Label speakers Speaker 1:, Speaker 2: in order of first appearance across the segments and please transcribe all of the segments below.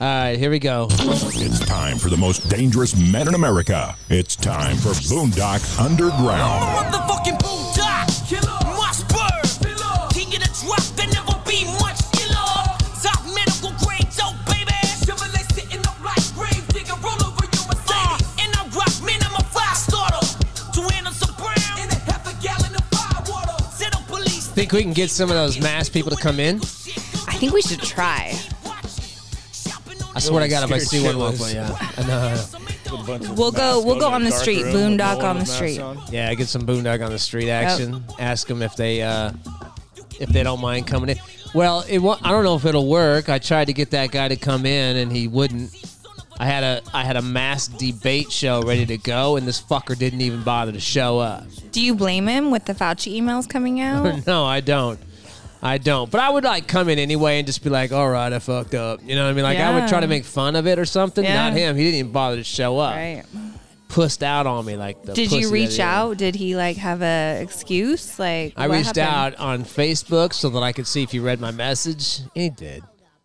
Speaker 1: All right, here we go.
Speaker 2: It's time for the most dangerous men in America. It's time for Boondock Underground.
Speaker 3: From the fucking boondock, must burn. King of the drop, there never be much killer. Top medical grade dope, baby. Chevrolet sitting up like grave digger, roll over your Mercedes. Uh, and I rock, man, I'm a five starter. Two handles of brown and a half a gallon of firewater. Set up police.
Speaker 1: Think we can get some of those mass people to come in?
Speaker 4: I think we should try.
Speaker 1: I swear to God, if I see one walk by,
Speaker 5: Scared
Speaker 1: yeah. I know, I know.
Speaker 4: We'll go- we'll go on the street, boondock on the street.
Speaker 1: Yeah, get some boondog on the street action. Ask them if they uh, if they don't mind coming in. Well, it wa- I don't know if it'll work. I tried to get that guy to come in and he wouldn't. I had a I had a mass debate show ready to go and this fucker didn't even bother to show up.
Speaker 4: Do you blame him with the Fauci emails coming out?
Speaker 1: no, I don't. I don't. But I would like come in anyway and just be like, all right, I fucked up. You know what I mean? Like I would
Speaker 4: Yeah.
Speaker 1: try to make fun of it or something.
Speaker 4: Yeah.
Speaker 1: Not him. He didn't even bother to show up.
Speaker 4: right.
Speaker 1: Pussed out on me like the
Speaker 4: Did
Speaker 1: pussy
Speaker 4: you
Speaker 1: that
Speaker 4: reach
Speaker 1: he is.
Speaker 4: out? Did he like have a excuse? Like
Speaker 1: I
Speaker 4: what
Speaker 1: reached out
Speaker 4: happened?
Speaker 1: on Facebook so that I could see if he read my message. He did.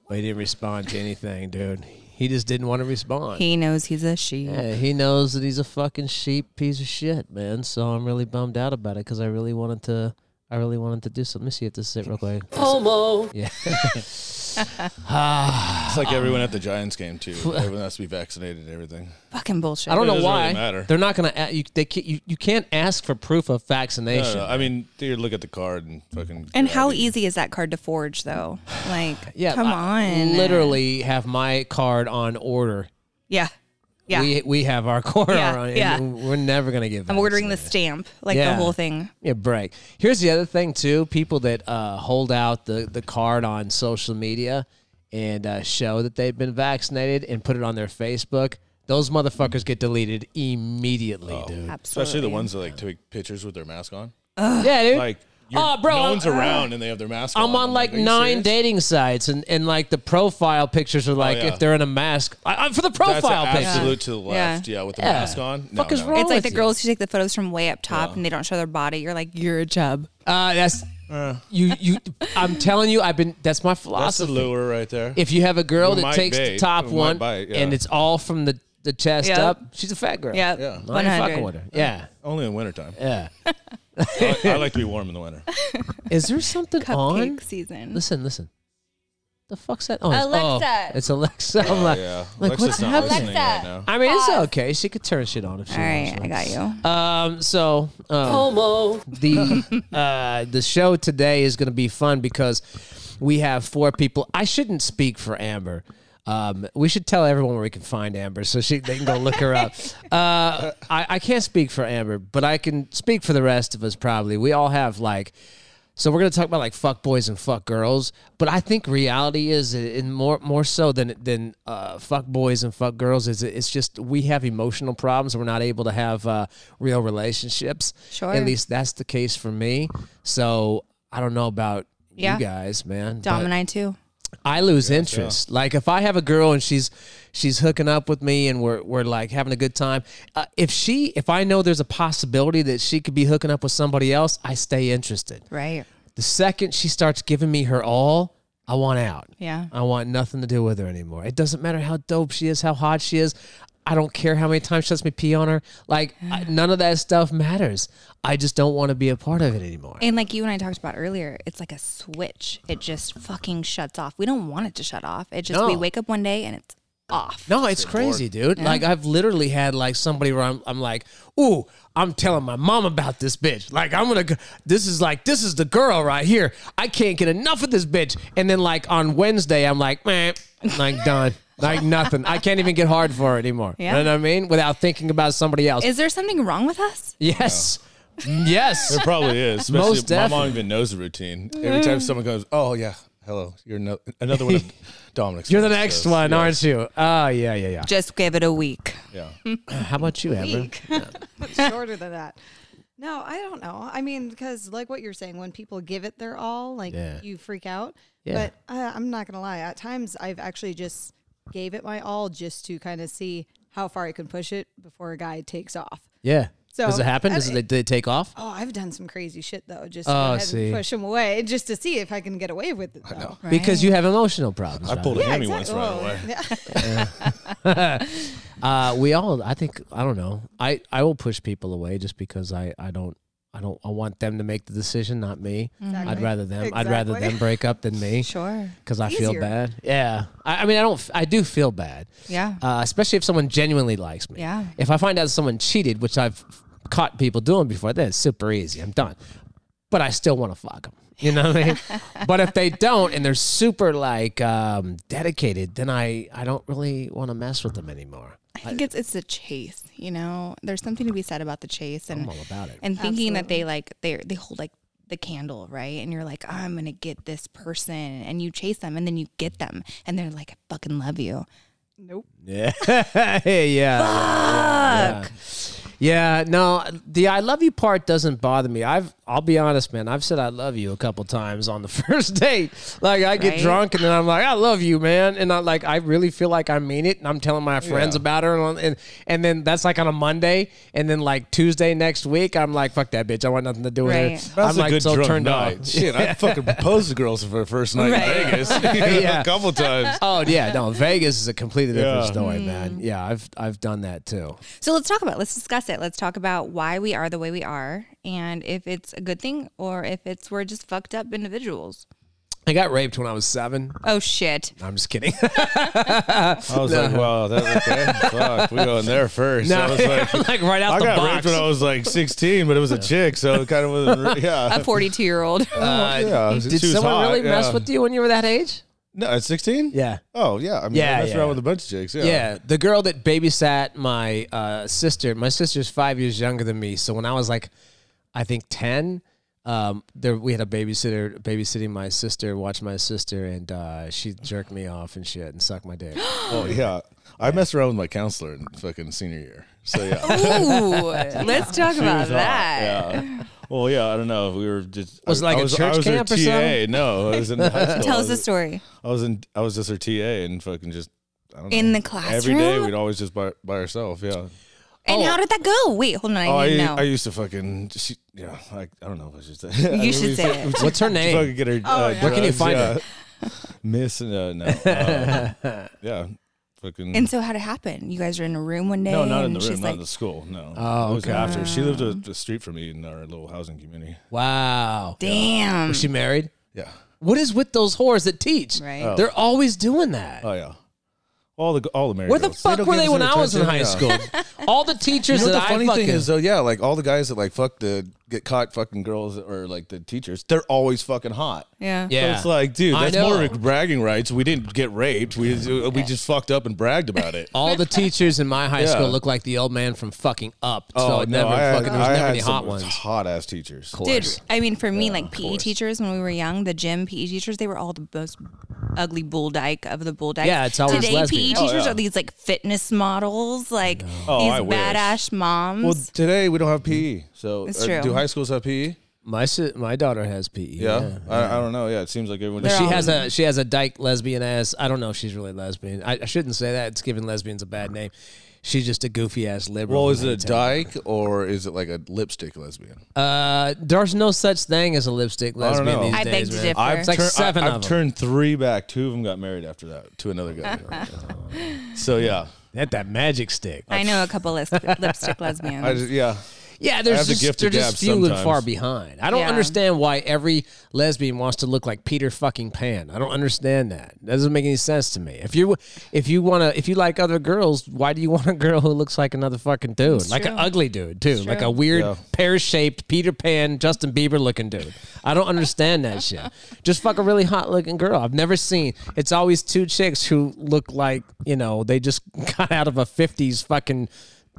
Speaker 1: But he didn't respond to anything, dude. He just didn't want to respond.
Speaker 4: He knows he's a she.
Speaker 1: yeah, he knows that he's a fucking sheep piece of shit, man. So I'm really bummed out about it because I really wanted to. I really wanted to do something. Let me see if this is it real quick.
Speaker 5: It's like everyone at the Giants game too. Everyone has to be vaccinated and everything.
Speaker 4: Fucking bullshit.
Speaker 1: I don't
Speaker 5: It
Speaker 1: know
Speaker 5: doesn't really
Speaker 1: why.
Speaker 5: matter.
Speaker 1: They're not gonna. a- You, they can't, you, you can't ask for proof of
Speaker 5: No,
Speaker 1: vaccination.
Speaker 5: no, no. I mean, dude, look at the card and fucking.
Speaker 4: and
Speaker 5: grab
Speaker 4: how
Speaker 5: it.
Speaker 4: easy is that card to forge though? Like
Speaker 1: yeah,
Speaker 4: come
Speaker 1: I
Speaker 4: on.
Speaker 1: Literally have my card on order.
Speaker 4: Yeah. Yeah.
Speaker 1: We we have our card
Speaker 4: Yeah,
Speaker 1: on.
Speaker 4: yeah.
Speaker 1: And we're never gonna get.
Speaker 4: I'm ordering
Speaker 1: vaccinated.
Speaker 4: the stamp, like
Speaker 1: Yeah.
Speaker 4: the whole thing.
Speaker 1: Yeah, break. Here's the other thing too: people that uh, hold out the the card on social media and uh, show that they've been vaccinated and put it on their Facebook. Those motherfuckers get deleted immediately,
Speaker 5: Oh.
Speaker 1: dude.
Speaker 4: Absolutely.
Speaker 5: Especially the ones that like take pictures with their mask on.
Speaker 1: Yeah, dude.
Speaker 5: Like, you're,
Speaker 1: oh, bro,
Speaker 5: no
Speaker 1: I'm-
Speaker 5: one's around and they have their mask on.
Speaker 1: I'm on like
Speaker 5: are you
Speaker 1: nine
Speaker 5: serious? Oh,
Speaker 1: dating sites, and, and like the profile pictures are like
Speaker 5: yeah.
Speaker 1: if they're in a mask. I, am for the
Speaker 5: That's
Speaker 1: profile
Speaker 5: an
Speaker 1: picture.
Speaker 5: absolute to the left. Yeah, with the
Speaker 1: Yeah.
Speaker 5: mask on. No,
Speaker 1: Fuck is
Speaker 5: no.
Speaker 1: wrong?
Speaker 4: it's like the
Speaker 1: with you.
Speaker 4: girls who take the photos from way up top and they don't show their body. You're like, you're a chub.
Speaker 1: Uh, that's you you. I'm telling you, I've been. That's my
Speaker 5: That's the
Speaker 1: philosophy.
Speaker 5: lure right there.
Speaker 1: if you have a girl
Speaker 5: We
Speaker 1: that
Speaker 5: might
Speaker 1: takes the
Speaker 5: bait.
Speaker 1: top
Speaker 5: We might
Speaker 1: one
Speaker 5: bite, yeah.
Speaker 1: and it's all from the, the chest
Speaker 4: Yep.
Speaker 1: up, she's a fat girl.
Speaker 4: Yep.
Speaker 5: Yeah.
Speaker 1: I
Speaker 4: One
Speaker 1: ain't fucking with
Speaker 4: hundred.
Speaker 1: her. Yeah.
Speaker 5: Only in wintertime.
Speaker 1: Yeah.
Speaker 5: I, I like to be warm in the winter.
Speaker 1: Is there something on?
Speaker 4: Cupcake season.
Speaker 1: Listen, listen. The fuck's that? Oh, it's-
Speaker 4: Alexa.
Speaker 1: oh, it's Alexa. I'm like,
Speaker 5: Yeah.
Speaker 1: like
Speaker 5: Alexa's
Speaker 1: what's
Speaker 5: not
Speaker 1: happening?
Speaker 5: listening right now.
Speaker 1: I mean, it's
Speaker 4: Pause.
Speaker 1: okay. She could turn shit on if she
Speaker 4: All right,
Speaker 1: wants.
Speaker 4: I got you.
Speaker 1: Um, so um, The uh, the show today is going to be fun because we have four people. I shouldn't speak for Amber. Um, we should tell everyone where we can find Amber so she they can go look her up. Uh, I, I can't speak for Amber, but I can speak for the rest of us. Probably we all have like. So we're gonna talk about like fuck boys and fuck girls, but I think reality is, and more more so than than uh, fuck boys and fuck girls, is it- it's just we have emotional problems. We're not able to have uh, real relationships.
Speaker 4: Sure.
Speaker 1: At least that's the case for me. So I don't know about
Speaker 4: Yeah.
Speaker 1: you guys, man.
Speaker 4: Dom
Speaker 1: but-
Speaker 4: and I too.
Speaker 1: I lose interest. Like if I have a girl and she's she's hooking up with me and we're we're like having a good time. Uh, if she if I know there's a possibility that she could be hooking up with somebody else, I stay interested.
Speaker 4: Right.
Speaker 1: The second she starts giving me her all, I want out.
Speaker 4: Yeah.
Speaker 1: I want nothing to do with her anymore. It doesn't matter how dope she is, how hot she is. I don't care how many times she lets me pee on her. Like I, none of that stuff matters. I just don't want to be a part of it anymore.
Speaker 4: And like you and I talked about earlier, it's like a switch. It just fucking shuts off. We don't want it to shut off. It just
Speaker 1: No.
Speaker 4: we wake up one day and it's off.
Speaker 1: No, it's crazy, dude. Like I've literally had like somebody where I'm, I'm like, ooh, I'm telling my mom about this bitch. Like I'm gonna, go, this is like this is the girl right here. I can't get enough of this bitch. And then like on Wednesday, I'm like, man, like done, like nothing. I can't even get hard for her anymore.
Speaker 4: Yeah.
Speaker 1: You know what I mean? Without thinking about somebody else.
Speaker 4: Is there something wrong with us?
Speaker 1: yes, yes.
Speaker 5: It probably is. Especially
Speaker 1: Most
Speaker 5: my mom
Speaker 1: definitely.
Speaker 5: even knows the routine. Every time someone goes, "Oh yeah, hello, you're no, another one of Dominic's."
Speaker 1: You're the
Speaker 5: friends,"
Speaker 1: next
Speaker 5: goes,
Speaker 1: one,
Speaker 5: yeah,
Speaker 1: aren't you? Oh yeah, yeah, yeah.
Speaker 4: Just give it a week.
Speaker 5: Yeah.
Speaker 1: How about you, Amber?
Speaker 6: shorter than that. No, I don't know. I mean, because like what you're saying, when people give it their all, like
Speaker 1: Yeah.
Speaker 6: you freak out.
Speaker 1: Yeah.
Speaker 6: But uh, I'm not gonna lie. At times, I've actually just gave it my all just to kind of see how far I can push it before a guy takes off.
Speaker 1: Yeah.
Speaker 6: So
Speaker 1: Does it happen? Does it,
Speaker 6: and-
Speaker 1: did it take off?
Speaker 6: Oh, I've done some crazy shit though. Just
Speaker 1: Oh,
Speaker 6: go ahead
Speaker 1: see.
Speaker 6: and push him away, just to see if I can get away with it. Though.
Speaker 1: Because you have emotional problems.
Speaker 5: I
Speaker 1: right?
Speaker 5: pulled a
Speaker 6: Yeah,
Speaker 5: hammy once
Speaker 6: exactly.
Speaker 5: right
Speaker 6: Well,
Speaker 5: away.
Speaker 6: yeah.
Speaker 1: Uh, we all, I think, I don't know. I, I will push people away just because I, I don't, I don't, I want them to make the decision, not me. I'd
Speaker 6: Exactly.
Speaker 1: rather them, I'd rather
Speaker 6: Exactly.
Speaker 1: them break up than me
Speaker 4: Sure.
Speaker 1: because I feel
Speaker 6: easier.
Speaker 1: bad. Yeah. I, I mean, I don't, f- I do feel bad.
Speaker 4: Yeah.
Speaker 1: Uh, especially if someone genuinely likes me.
Speaker 4: Yeah.
Speaker 1: If I find out someone cheated, which I've caught people doing before, then it's super easy. I'm done. But I still want to fuck them. You know what I mean? But if they don't and they're super like um, dedicated, then I, I don't really want to mess with them anymore.
Speaker 4: I think it's it's the chase, you know. There's something to be said about the chase and
Speaker 1: I'm all about it.
Speaker 4: and thinking that they like they they hold like the candle, right? And you're like, "Oh, I'm gonna get this person, and you chase them, and then you get them, and they're like, I fucking love you.
Speaker 6: Nope.
Speaker 1: Yeah. yeah. yeah, Yeah. No, the I love you part doesn't bother me. I've I'll be honest, man. I've said I love you a couple times on the first date. Like I get
Speaker 4: Right.
Speaker 1: drunk and then I'm like, I love you, man. And I like I really feel like I mean it and I'm telling my friends about her and, on- and and then that's like on a Monday and then like Tuesday next week I'm like, fuck that bitch. I want nothing to do with
Speaker 4: Right.
Speaker 1: her.
Speaker 4: That's
Speaker 5: That's
Speaker 1: I'm
Speaker 5: a
Speaker 1: like
Speaker 5: good
Speaker 1: so
Speaker 5: drunk
Speaker 1: turned
Speaker 5: night.
Speaker 1: off.
Speaker 5: Shit, I fucking proposed to girls for her first night
Speaker 4: Right.
Speaker 5: in Vegas.
Speaker 1: Yeah.
Speaker 5: A couple times.
Speaker 1: Oh yeah, no, Vegas is a completely different
Speaker 5: Yeah.
Speaker 1: story,
Speaker 4: Mm.
Speaker 1: man. Yeah, I've I've done that too.
Speaker 4: So let's talk about. Let's discuss it. Let's talk about why we are the way we are, and if it's a good thing or if it's we're just fucked up individuals.
Speaker 1: I got raped when I was seven.
Speaker 4: Oh shit.
Speaker 1: I'm just kidding.
Speaker 5: I was like, wow, that's okay. Fuck, we go in there first.
Speaker 1: No,
Speaker 5: I was like,
Speaker 1: I'm like right out
Speaker 5: I
Speaker 1: the
Speaker 5: got
Speaker 1: box.
Speaker 5: raped when I was like 16, but it was a chick, so it kind of wasn't.
Speaker 4: A
Speaker 5: Yeah.
Speaker 4: 42 year old.
Speaker 1: Uh,
Speaker 5: Yeah, she
Speaker 1: Did
Speaker 5: was
Speaker 1: someone
Speaker 5: hot,
Speaker 1: really mess
Speaker 5: yeah.
Speaker 1: with you when you were that age?
Speaker 5: No, at 16?
Speaker 1: Yeah.
Speaker 5: Oh, yeah. I mean,
Speaker 1: Yeah,
Speaker 5: I messed
Speaker 1: yeah.
Speaker 5: around with a bunch of chicks. Yeah.
Speaker 1: Yeah. the girl that babysat my uh, sister. My sister's five years younger than me, so when I was like, I think ten, um, there we had a babysitter babysitting my sister, watching my sister, and uh, she jerked me off and shit and sucked my dick.
Speaker 5: Oh, yeah. I messed around with my counselor in fucking senior year. So, yeah.
Speaker 1: Oh,
Speaker 4: Ooh, let's talk
Speaker 5: She was
Speaker 4: about
Speaker 5: hot,
Speaker 4: that.
Speaker 5: Yeah. Well, yeah, I don't know. We were just.
Speaker 1: Was it
Speaker 5: I-
Speaker 1: like
Speaker 5: I
Speaker 1: a
Speaker 5: was,
Speaker 1: church
Speaker 5: I was her
Speaker 1: camp or
Speaker 5: TA.
Speaker 1: something?
Speaker 5: No, I was in high school. I
Speaker 4: Tell us
Speaker 5: was-
Speaker 4: the story.
Speaker 5: I was in. I was just her TA and fucking just. I don't know.
Speaker 4: In the
Speaker 5: Every day
Speaker 4: classroom?
Speaker 5: we'd always just by, by herself. Yeah.
Speaker 4: And how did that go? Wait, hold on. I
Speaker 5: Oh, I,
Speaker 4: need to know.
Speaker 5: I used to fucking. She, yeah. Like, I don't know if I should say.
Speaker 4: you should say it. Oh,
Speaker 1: What's her
Speaker 5: If I
Speaker 1: name?
Speaker 5: could get her. uh,
Speaker 1: Where can you
Speaker 5: drugs,
Speaker 1: find
Speaker 5: yeah.
Speaker 1: her?
Speaker 5: Miss. Uh, no. uh, yeah. Fucking.
Speaker 4: And so, how did it happen? You guys were in a room one day,
Speaker 5: no, not in
Speaker 4: and
Speaker 5: the
Speaker 4: she's
Speaker 5: room, not
Speaker 4: like,
Speaker 5: in the school. No.
Speaker 1: Oh,
Speaker 5: It was
Speaker 1: okay.
Speaker 5: after. She lived a, the street from me in our little housing community.
Speaker 1: Wow.
Speaker 4: "Damn,
Speaker 1: Was she married?
Speaker 5: Yeah.
Speaker 1: What is with those whores that teach?
Speaker 4: Right. Oh.
Speaker 1: They're always doing that.
Speaker 5: Oh yeah. All the all the married
Speaker 1: Where the
Speaker 5: girls.
Speaker 1: fuck
Speaker 5: don't
Speaker 1: were
Speaker 5: give
Speaker 1: they
Speaker 5: us
Speaker 1: when
Speaker 5: any
Speaker 1: I was in
Speaker 5: attention,
Speaker 1: high
Speaker 5: yeah.
Speaker 1: school? All the teachers
Speaker 5: You know
Speaker 1: that
Speaker 5: what the funny
Speaker 1: I fucking
Speaker 5: thing is though, yeah, like all the guys that like fuck the get caught fucking girls or like the teachers, they're always fucking hot.
Speaker 4: yeah,
Speaker 5: So
Speaker 1: yeah,
Speaker 5: it's like, dude,
Speaker 1: I
Speaker 5: that's more
Speaker 1: know.
Speaker 5: like bragging rights. We didn't get raped. We we just fucked up and bragged about it.
Speaker 1: All the teachers in my high
Speaker 5: Yeah.
Speaker 1: school look like the old man from fucking Up. so it never
Speaker 5: had-
Speaker 1: fucking, there was
Speaker 5: Oh, I
Speaker 1: never
Speaker 5: had
Speaker 1: any hot
Speaker 5: some
Speaker 1: ones.
Speaker 5: Hot ass teachers.
Speaker 4: dude." I mean, for me, like PE
Speaker 5: course.
Speaker 4: teachers when we were young, the gym PE teachers, they were all the most ugly bull dyke of the bull dyke.
Speaker 1: Yeah, it's always
Speaker 4: today
Speaker 1: lesbian.
Speaker 4: PE
Speaker 5: Oh,
Speaker 4: teachers
Speaker 5: yeah.
Speaker 4: are these like fitness models, like
Speaker 5: Oh,
Speaker 4: these
Speaker 5: I wish.
Speaker 4: badass moms.
Speaker 5: Well, today we don't have PE. So
Speaker 4: It's
Speaker 5: uh,
Speaker 4: true.
Speaker 5: do high schools have PE?
Speaker 1: My si- my daughter has E. PE.
Speaker 5: Yeah. I, I don't know. Yeah, it seems like everyone.
Speaker 4: They're
Speaker 1: She
Speaker 4: all-
Speaker 1: has a she has a dyke lesbian ass. I don't know if she's really lesbian. I, I shouldn't say that. It's giving lesbians a bad name. She's just a goofy ass liberal.
Speaker 5: well, is it a
Speaker 1: dyke?
Speaker 5: dyke or is it like a lipstick lesbian?
Speaker 1: Uh, there's no such thing as a lipstick
Speaker 5: don't
Speaker 1: lesbian
Speaker 5: know.
Speaker 1: these
Speaker 4: I beg
Speaker 1: days.
Speaker 4: to
Speaker 1: man.
Speaker 4: differ. I've
Speaker 1: It's like
Speaker 5: turn-
Speaker 1: seven
Speaker 5: I,
Speaker 1: of
Speaker 5: I've
Speaker 1: them.
Speaker 5: turned three back. Two of them got married after that to another guy. so yeah,
Speaker 1: At that magic stick.
Speaker 4: I know a couple lis- lipstick lesbians.
Speaker 5: I just, yeah.
Speaker 1: Yeah, there's
Speaker 5: have to
Speaker 1: just,
Speaker 5: gift
Speaker 1: they're
Speaker 5: the
Speaker 1: just
Speaker 5: gab
Speaker 1: few and
Speaker 5: sometimes.
Speaker 1: far behind. I don't
Speaker 4: Yeah.
Speaker 1: understand why every lesbian wants to look like Peter fucking Pan. I don't understand that. That doesn't make any sense to me. If you if you want to if you like other girls, why do you want a girl who looks like another fucking dude, like an
Speaker 4: true.
Speaker 1: ugly dude too, like a weird
Speaker 5: Yeah.
Speaker 1: pear shaped Peter Pan, Justin Bieber looking dude? I don't understand that shit. Just fuck a really hot looking girl. I've never seen. It's always two chicks who look like you know they just got out of a '50s fucking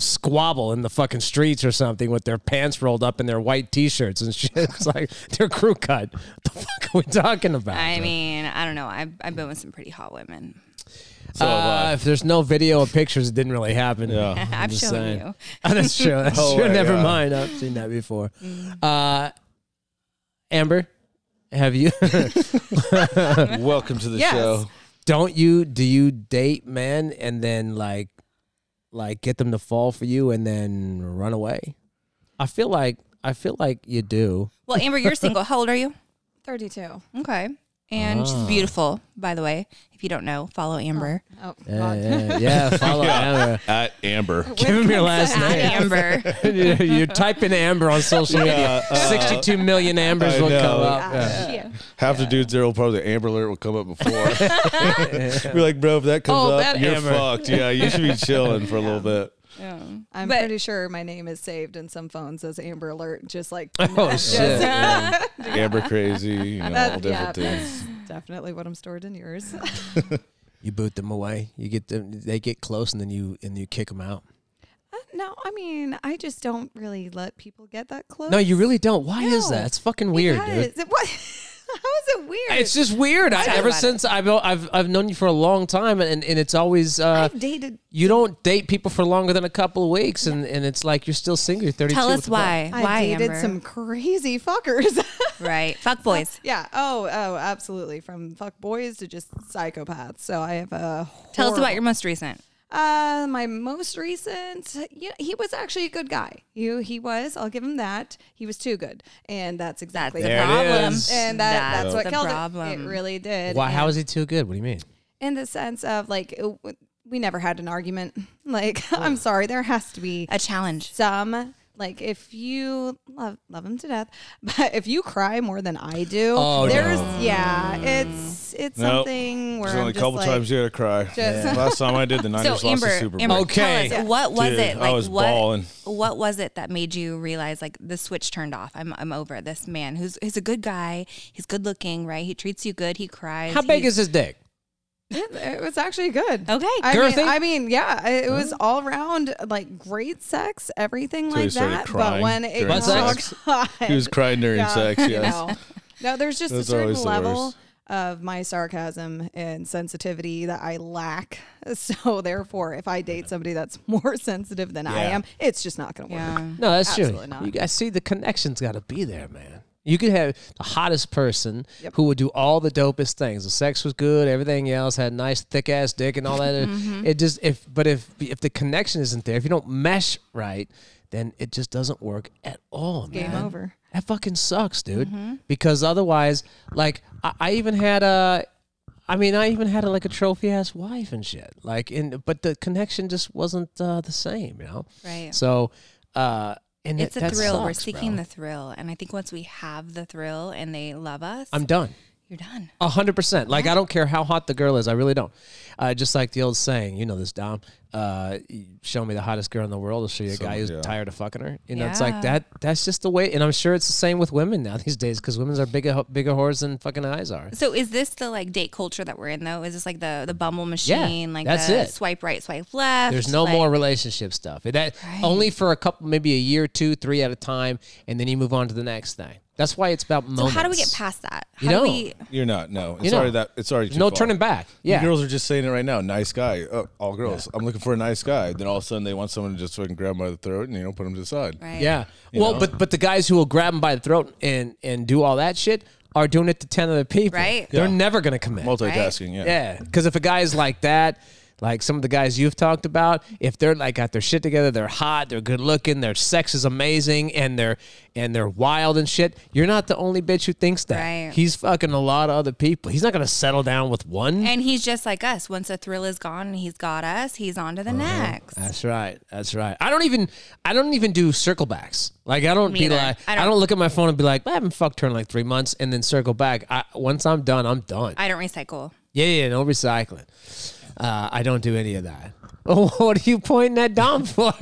Speaker 1: squabble in the fucking streets or something with their pants rolled up and their white t-shirts and shit. It's like their crew cut. What the fuck are we talking about?
Speaker 4: I
Speaker 1: dude?
Speaker 4: mean, I don't know. I've, I've been with some pretty hot women.
Speaker 5: So
Speaker 1: Uh,
Speaker 5: uh,
Speaker 1: if there's no video or pictures, it didn't really happen.
Speaker 5: Yeah.
Speaker 1: I'm
Speaker 4: I've
Speaker 1: just
Speaker 4: shown
Speaker 1: saying.
Speaker 4: you.
Speaker 1: Oh, that's true. That's
Speaker 5: Oh,
Speaker 1: true.
Speaker 5: my
Speaker 1: Never
Speaker 5: God.
Speaker 1: mind. I've seen that before. Uh, Amber, have you?
Speaker 5: welcome to the
Speaker 4: Yes.
Speaker 5: show.
Speaker 1: don't you? Do you date men and then like, like get them to fall for you and then run away? I feel like I feel like you do.
Speaker 4: Well, Amber, you're single. How old are you?
Speaker 6: 32.
Speaker 4: Okay. And
Speaker 1: Ah.
Speaker 4: she's beautiful, by the way. If you don't know, follow Amber.
Speaker 6: Oh,
Speaker 1: Yeah,
Speaker 6: God.
Speaker 1: yeah, Eh, yeah, follow Amber.
Speaker 5: At Amber.
Speaker 1: Give him your last
Speaker 4: At
Speaker 1: name.
Speaker 4: Amber.
Speaker 1: you, you type in Amber on social media.
Speaker 5: uh,
Speaker 1: 62 million Ambers
Speaker 5: I
Speaker 1: will
Speaker 5: know.
Speaker 1: come up.
Speaker 6: Shit.
Speaker 5: Half the dudes there will probably the Amber Alert will come up before. We're like, bro, if that comes
Speaker 1: Oh,
Speaker 5: up,
Speaker 1: that
Speaker 5: you're
Speaker 1: Amber."
Speaker 5: fucked. Yeah, you should be chilling for a little bit.
Speaker 6: I'm
Speaker 4: But-
Speaker 6: pretty sure my name is saved in some phones as Amber Alert, just like
Speaker 1: Oh, shit.
Speaker 5: Amber crazy, you know, all
Speaker 6: that, yeah,
Speaker 5: different things.
Speaker 6: that's definitely what I'm stored in yours.
Speaker 1: You boot them away. You get them. They get close, and then you and you kick them out.
Speaker 6: no, I mean, I just don't really let people get that close.
Speaker 1: No, you really don't. Why is
Speaker 6: No.
Speaker 1: that? It's fucking weird, dude.
Speaker 6: Because- What? How is it weird?
Speaker 1: It's just weird. I,
Speaker 4: Talk
Speaker 1: ever
Speaker 4: about it.
Speaker 1: since I've, I've I've known you for a long time, and and it's always uh,
Speaker 6: I've dated.
Speaker 1: you don't date people for longer than a couple of weeks, and and it's like you're still single. You're 32.
Speaker 4: Tell
Speaker 1: what the
Speaker 4: us
Speaker 1: fuck?
Speaker 4: why.
Speaker 6: I
Speaker 4: why
Speaker 6: dated
Speaker 4: Amber?
Speaker 6: some crazy fuckers.
Speaker 4: right. Fuck boys.
Speaker 6: yeah. Oh. Oh. Absolutely. From fuck boys to just psychopaths. So I have a.
Speaker 4: Tell us about
Speaker 6: horrible-
Speaker 4: your most recent.
Speaker 6: Uh, my most recent, yeah, he was actually a good guy. You, he was. I'll give him that. He was too good, and that's
Speaker 4: That's
Speaker 6: exactly
Speaker 4: the
Speaker 1: it
Speaker 4: problem.
Speaker 1: is.
Speaker 6: And that, that's, what
Speaker 4: the
Speaker 6: killed
Speaker 4: problem.
Speaker 6: it. It really did.
Speaker 1: Why? How
Speaker 6: And
Speaker 1: is he too good? What do you mean?
Speaker 6: in the sense of like, it w- we never had an argument. Like, I'm sorry, there has to be
Speaker 4: a challenge.
Speaker 6: some. Like if you love love him to death, but if you cry more than I do,
Speaker 1: Oh,
Speaker 6: there's yeah, it's it's
Speaker 5: Nope.
Speaker 6: something where
Speaker 5: There's
Speaker 6: I'm
Speaker 5: only a
Speaker 6: just
Speaker 5: couple
Speaker 6: like,
Speaker 5: times you had to cry.
Speaker 6: Yeah.
Speaker 5: Last time I did, the
Speaker 4: So
Speaker 5: Niners lost
Speaker 4: Amber,
Speaker 5: the Super Bowl.
Speaker 4: Amber,
Speaker 1: Okay.
Speaker 4: tell us, what was
Speaker 5: Dude,
Speaker 4: it?
Speaker 5: I
Speaker 4: Like
Speaker 5: was
Speaker 4: what
Speaker 5: balling.
Speaker 4: what was it that made you realize like the switch turned off? I'm I'm over this man who's he's a good guy, he's good looking, right? He treats you good, he cries.
Speaker 1: How big
Speaker 4: he's-
Speaker 1: is his dick?
Speaker 6: It was actually good.
Speaker 4: Okay.
Speaker 6: I
Speaker 1: Girthy? Oh.
Speaker 6: mean, I mean, yeah, it it was all round like great sex, everything
Speaker 5: he
Speaker 6: like
Speaker 5: started
Speaker 6: that. But
Speaker 5: crying
Speaker 6: when it
Speaker 5: during
Speaker 6: oh,
Speaker 1: sex.
Speaker 6: God.
Speaker 5: He was crying during sex.
Speaker 6: you
Speaker 5: Yes.
Speaker 6: know. No, there's just
Speaker 5: That's
Speaker 6: a certain
Speaker 5: always the
Speaker 6: level
Speaker 5: worst.
Speaker 6: of my sarcasm and sensitivity that I lack. So therefore, if I date somebody that's more sensitive than I
Speaker 1: Yeah.
Speaker 6: am, it's just not going to work.
Speaker 4: Yeah.
Speaker 1: No, that's
Speaker 6: Absolutely
Speaker 1: true.
Speaker 6: not.
Speaker 1: You guys see the connection's got to be there, man. You could have the hottest person
Speaker 6: Yep.
Speaker 1: who would do all the dopest things. The sex was good, everything else had nice thick ass dick and all that.
Speaker 6: Mm-hmm.
Speaker 1: It just if but if if the connection isn't there, if you don't mesh right, then it just doesn't work at all,
Speaker 6: Game
Speaker 1: man.
Speaker 6: over. Mm-hmm.
Speaker 1: That fucking sucks, dude. Because otherwise, like I, I even had a, I mean, I even had a, like a trophy ass wife and shit. Like, in but the connection just wasn't uh, the same, you know.
Speaker 4: Right.
Speaker 1: So, uh, and
Speaker 4: it's
Speaker 1: that,
Speaker 4: a
Speaker 1: that
Speaker 4: thrill. We're
Speaker 1: sucks,
Speaker 4: seeking
Speaker 1: bro.
Speaker 4: the thrill. And I think once we have the thrill and they love us,
Speaker 1: I'm done.
Speaker 4: you're done.
Speaker 1: A hundred percent. Like I don't care how hot the girl is. I really don't. Uh, just like the old saying, you know this Dom. Uh, show me the hottest girl in the world, I'll show you a guy who's
Speaker 5: yeah.
Speaker 1: tired of fucking her. You know, it's like
Speaker 4: Yeah.
Speaker 1: that. That's just the way. And I'm sure it's the same with women now these days because women are bigger bigger whores than fucking eyes are.
Speaker 4: So is this the like date culture that we're in though? Is this like the the bumble machine? like
Speaker 1: that's
Speaker 4: the
Speaker 1: it.
Speaker 4: swipe right, swipe left.
Speaker 1: There's no
Speaker 4: like-
Speaker 1: more relationship stuff. It- That only for a couple, maybe a year, two, three at a time, and then you move on to the next thing. That's why it's about
Speaker 4: So
Speaker 1: moments.
Speaker 4: how do we get past that? How
Speaker 1: You
Speaker 4: do
Speaker 1: don't.
Speaker 4: we
Speaker 5: You're not. No. It's
Speaker 1: You know.
Speaker 5: already that. It's already
Speaker 1: There's no
Speaker 5: too far.
Speaker 1: turning back.
Speaker 5: You
Speaker 1: Yeah,
Speaker 5: girls are just saying it right now. Nice guy. Oh, all girls. I'm looking for a nice guy. Then all of a sudden they want someone to just fucking grab by the throat and you know put them to the side.
Speaker 4: right?
Speaker 1: yeah. Well,
Speaker 5: know?
Speaker 1: but but the guys who will grab them by the throat and and do all that shit are doing it to ten other people.
Speaker 4: Right.
Speaker 1: They're
Speaker 5: Yeah.
Speaker 1: never gonna commit.
Speaker 5: Multitasking. Yeah.
Speaker 1: Yeah, because if a guy is like that, like some of the guys you've talked about, if they're like got their shit together, they're hot, they're good looking, their sex is amazing, and they're and they're wild and shit. You're not the only bitch who thinks that.
Speaker 4: Right.
Speaker 1: He's fucking a lot of other people. He's not gonna settle down with one.
Speaker 4: And he's just like us. Once the thrill is gone and he's got us, he's on to the
Speaker 5: Uh-huh.
Speaker 4: next.
Speaker 5: Uh,
Speaker 1: That's right. That's right. I don't even I don't even do circle backs. Like I don't
Speaker 4: Me
Speaker 1: be
Speaker 4: either.
Speaker 1: like I
Speaker 4: I
Speaker 1: don't,
Speaker 4: don't-
Speaker 1: look at my phone and be like I haven't fucked her in like three months and then circle back. I, once I'm done, I'm done.
Speaker 4: I don't recycle.
Speaker 1: Yeah, yeah, no recycling. Uh, I don't do any of that. what are you pointing that down for?
Speaker 4: Dom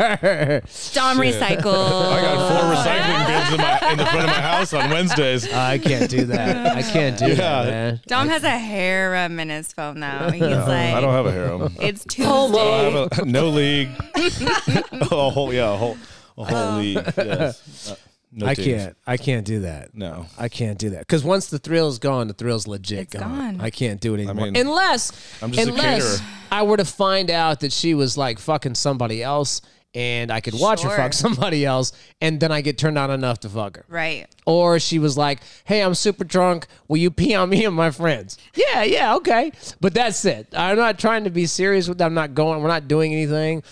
Speaker 4: recycle.
Speaker 5: I got four recycling bins in, my, in the front of my house on Wednesdays.
Speaker 1: I can't do that. I can't do that,
Speaker 5: Yeah.
Speaker 1: man.
Speaker 4: Dom has a harem in his phone though. He's
Speaker 5: I
Speaker 4: like,
Speaker 5: don't have a harem.
Speaker 4: it's
Speaker 5: I
Speaker 4: Tuesday.
Speaker 5: have a- no league. a whole yeah, a whole a whole
Speaker 4: Oh.
Speaker 5: league. Yes. Uh, no
Speaker 1: I
Speaker 5: teams.
Speaker 1: can't. I can't do that.
Speaker 5: No.
Speaker 1: I can't do that because once the thrill's gone, the thrill's legit
Speaker 4: It's gone.
Speaker 1: I can't do it anymore.
Speaker 5: mean,
Speaker 1: unless,
Speaker 5: I'm just a
Speaker 1: unless
Speaker 5: caterer.
Speaker 1: I were to find out that she was like fucking somebody else, and I could watch her
Speaker 4: Sure.
Speaker 1: fuck somebody else, and then I get turned on enough to fuck her.
Speaker 4: Right.
Speaker 1: Or she was like, "Hey, I'm super drunk. Will you pee on me and my friends?" Yeah, yeah, okay. But that's it. I'm not trying to be serious with. I'm not going. We're not doing anything.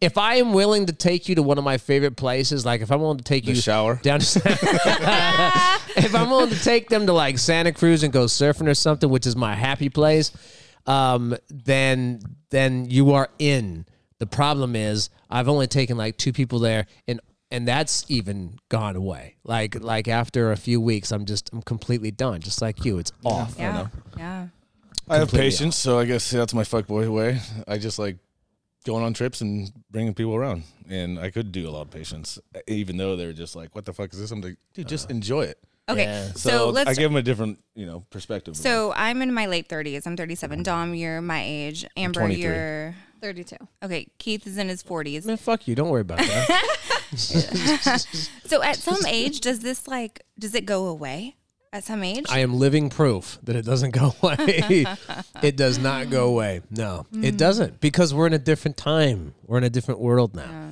Speaker 1: if I am willing to take you to one of my favorite places, like if I'm willing to take you
Speaker 5: shower?
Speaker 1: down to if I'm willing to take them to like Santa Cruz and go surfing or something, which is my happy place, um, then then you are in. The problem is I've only taken like two people there and and that's even gone away. Like like after a few weeks I'm just I'm completely done, just like you. It's off.
Speaker 4: Yeah. Yeah.
Speaker 5: I have
Speaker 1: Completely
Speaker 5: patience, so I guess that's my fuckboy way. I just like going on trips and bringing people around, and I could do a lot of patience, even though they're just like, "What the fuck is this?" I'm like, "Dude, just enjoy it."
Speaker 4: Okay.
Speaker 5: So,
Speaker 4: So, let's
Speaker 5: I give them a different, you know, perspective.
Speaker 4: So I'm in my late 30s. I'm 37. Dom, you're my age. Amber,
Speaker 5: 23.
Speaker 4: you're
Speaker 6: 32.
Speaker 4: okay. Keith is in his 40s.
Speaker 1: Man, fuck you. Don't worry about that.
Speaker 4: So at some age, does this like does it go away? At some age,
Speaker 1: I am living proof that it doesn't go away. it does not go away. No,
Speaker 4: Mm.
Speaker 1: it doesn't because we're in a different time. We're in a different world now.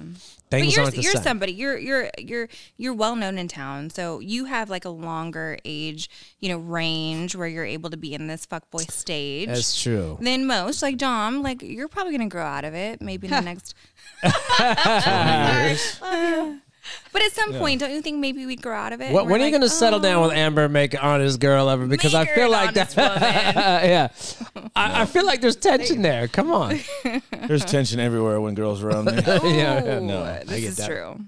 Speaker 4: but
Speaker 1: Things
Speaker 4: you're
Speaker 1: aren't the
Speaker 4: you're
Speaker 1: same.
Speaker 4: somebody. You're you're you're you're well known in town, so you have like a longer age, you know, range where you're able to be in this fuckboy stage.
Speaker 1: That's true.
Speaker 4: than most, like Dom, like you're probably gonna grow out of it, maybe in the next. But at some point, don't you think maybe we'd grow out of it?
Speaker 1: What,
Speaker 4: And
Speaker 1: when
Speaker 4: we're
Speaker 1: are you
Speaker 4: like, "Oh,
Speaker 1: going to settle down with Amber and make an honest girl of her? Because I
Speaker 4: Make her
Speaker 1: feel
Speaker 4: an
Speaker 1: like that.
Speaker 4: honest
Speaker 1: yeah, I, I feel like there's tension there. Come on.
Speaker 5: There's tension everywhere when girls are around me.
Speaker 4: "Oh,
Speaker 1: Yeah, yeah,
Speaker 5: no,
Speaker 4: this
Speaker 1: get
Speaker 4: is
Speaker 1: that.
Speaker 4: true.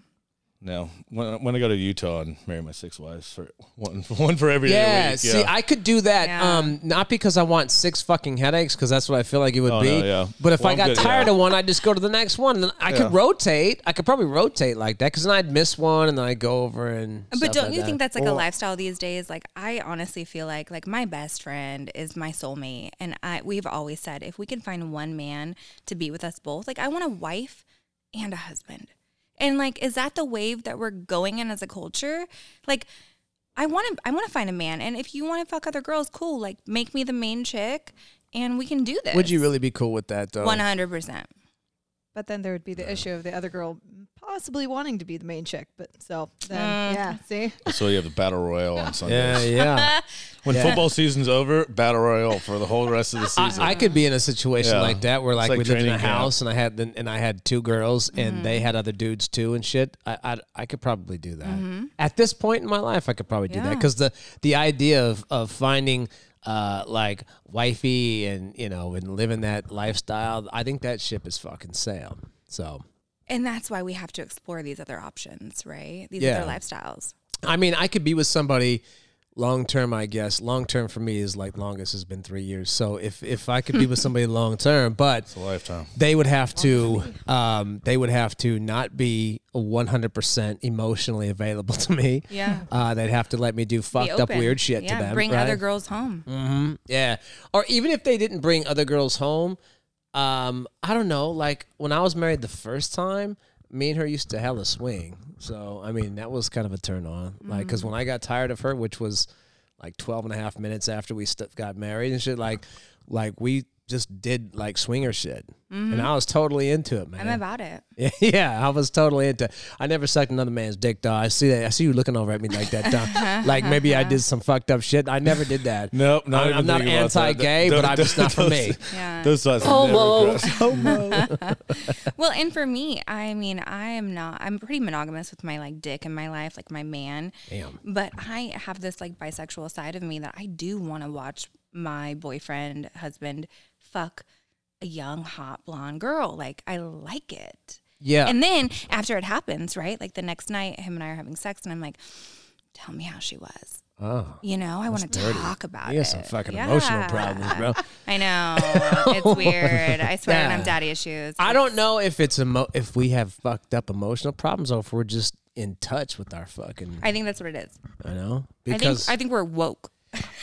Speaker 5: no, when, when I go to Utah and marry my six wives for one, one for every day
Speaker 1: Yeah,
Speaker 5: week,
Speaker 1: see, I could do that.
Speaker 4: Yeah.
Speaker 1: Um, not because I want six fucking headaches, because that's what I feel like it would
Speaker 5: Oh,
Speaker 1: be.
Speaker 5: no, yeah.
Speaker 1: But if
Speaker 5: Well,
Speaker 1: I
Speaker 5: I'm
Speaker 1: got
Speaker 5: good,
Speaker 1: tired
Speaker 5: yeah.
Speaker 1: of one, I'd just go to the next one. And I
Speaker 5: Yeah.
Speaker 1: could rotate. I could probably rotate like that, because then I'd miss one and then I'd go over and.
Speaker 4: But
Speaker 1: stuff
Speaker 4: don't
Speaker 1: like
Speaker 4: you
Speaker 1: that.
Speaker 4: think that's like a lifestyle these days? Like I honestly feel like like my best friend is my soulmate, and I we've always said if we can find one man to be with us both, like I want a wife and a husband, and like is that the wave that we're going in as a culture? Like I want to I want to find a man, and if you want to fuck other girls, cool. Like make me the main chick, and we can do this.
Speaker 1: Would you really be cool with that, though?
Speaker 4: One hundred percent.
Speaker 6: But then there would be the issue of the other girl possibly wanting to be the main chick. But so then, yeah, see?
Speaker 5: so you have the battle royale on
Speaker 1: Yeah,
Speaker 5: Sundays.
Speaker 1: yeah.
Speaker 5: When football season's over, battle royale for the whole rest of the season.
Speaker 1: I, I could be in a situation
Speaker 5: Yeah.
Speaker 1: like that where
Speaker 5: It's
Speaker 1: like,
Speaker 5: like
Speaker 1: we lived in a
Speaker 5: training camp.
Speaker 1: house and I had and I had two girls and they had other dudes too and shit. I I, I could probably do that at this point in my life. I could probably do that
Speaker 4: Yeah.
Speaker 1: because the the idea of of finding. Uh, like wifey and you know and living that lifestyle. I think that ship is fucking sailed. So
Speaker 4: And that's why we have to explore these other options, right? These
Speaker 1: Yeah.
Speaker 4: other lifestyles.
Speaker 1: I mean, I could be with somebody long term. I guess long term for me is like longest has been three years. So if if I could be with somebody long term, but
Speaker 5: it's a lifetime.
Speaker 1: they would have to um, they would have to not be 100% emotionally available to me
Speaker 4: Yeah.
Speaker 1: uh, they'd have to let me do
Speaker 4: Be
Speaker 1: fucked up
Speaker 4: open.
Speaker 1: weird shit
Speaker 4: yeah,
Speaker 1: to them
Speaker 4: Bring other
Speaker 1: right?
Speaker 4: girls home.
Speaker 1: yeah or even if they didn't bring other girls home um, i don't know like when i was married the first time me and her used to hella swing so i mean that was kind of a turn on like because when i got tired of her which was like 12 and a half minutes after we st- got married and shit like like we just did like swinger shit and i was totally into it man
Speaker 4: I'm about it.
Speaker 1: yeah, I was totally into. I never sucked another man's dick, though. I see that. I see you looking over at me like that, dog. like maybe I did some fucked up shit. I never did that.
Speaker 5: Nope, not
Speaker 1: I'm,
Speaker 5: even
Speaker 1: I'm not
Speaker 5: thinking about that.
Speaker 1: anti-gay,
Speaker 5: Don't-
Speaker 1: but I'm just not for
Speaker 5: don't-
Speaker 1: me.
Speaker 4: Yeah.
Speaker 5: Those thoughts have
Speaker 1: Homo.
Speaker 5: never crossed- Homo.
Speaker 4: well, and for me, I mean, I am not. I'm pretty monogamous with my like dick in my life, like my man.
Speaker 1: Damn.
Speaker 4: But I have this like bisexual side of me that I do want to watch my boyfriend, husband, fuck a young hot blonde girl. Like I like it.
Speaker 1: Yeah,
Speaker 4: And then after it happens, right? Like the next night, him and I are having sex, and I'm like, "Tell me how she was."
Speaker 1: Oh,
Speaker 4: you know, I want to talk about
Speaker 1: you
Speaker 4: it.
Speaker 1: have some fucking emotional problems, bro.
Speaker 4: I know. It's weird. I swear
Speaker 1: Yeah.
Speaker 4: I'm daddy issues.
Speaker 1: I don't know if it's emo- if we have fucked up emotional problems or if we're just in touch with our fucking.
Speaker 4: I think that's what it is.
Speaker 1: I know
Speaker 4: I think
Speaker 1: because
Speaker 4: I think we're woke.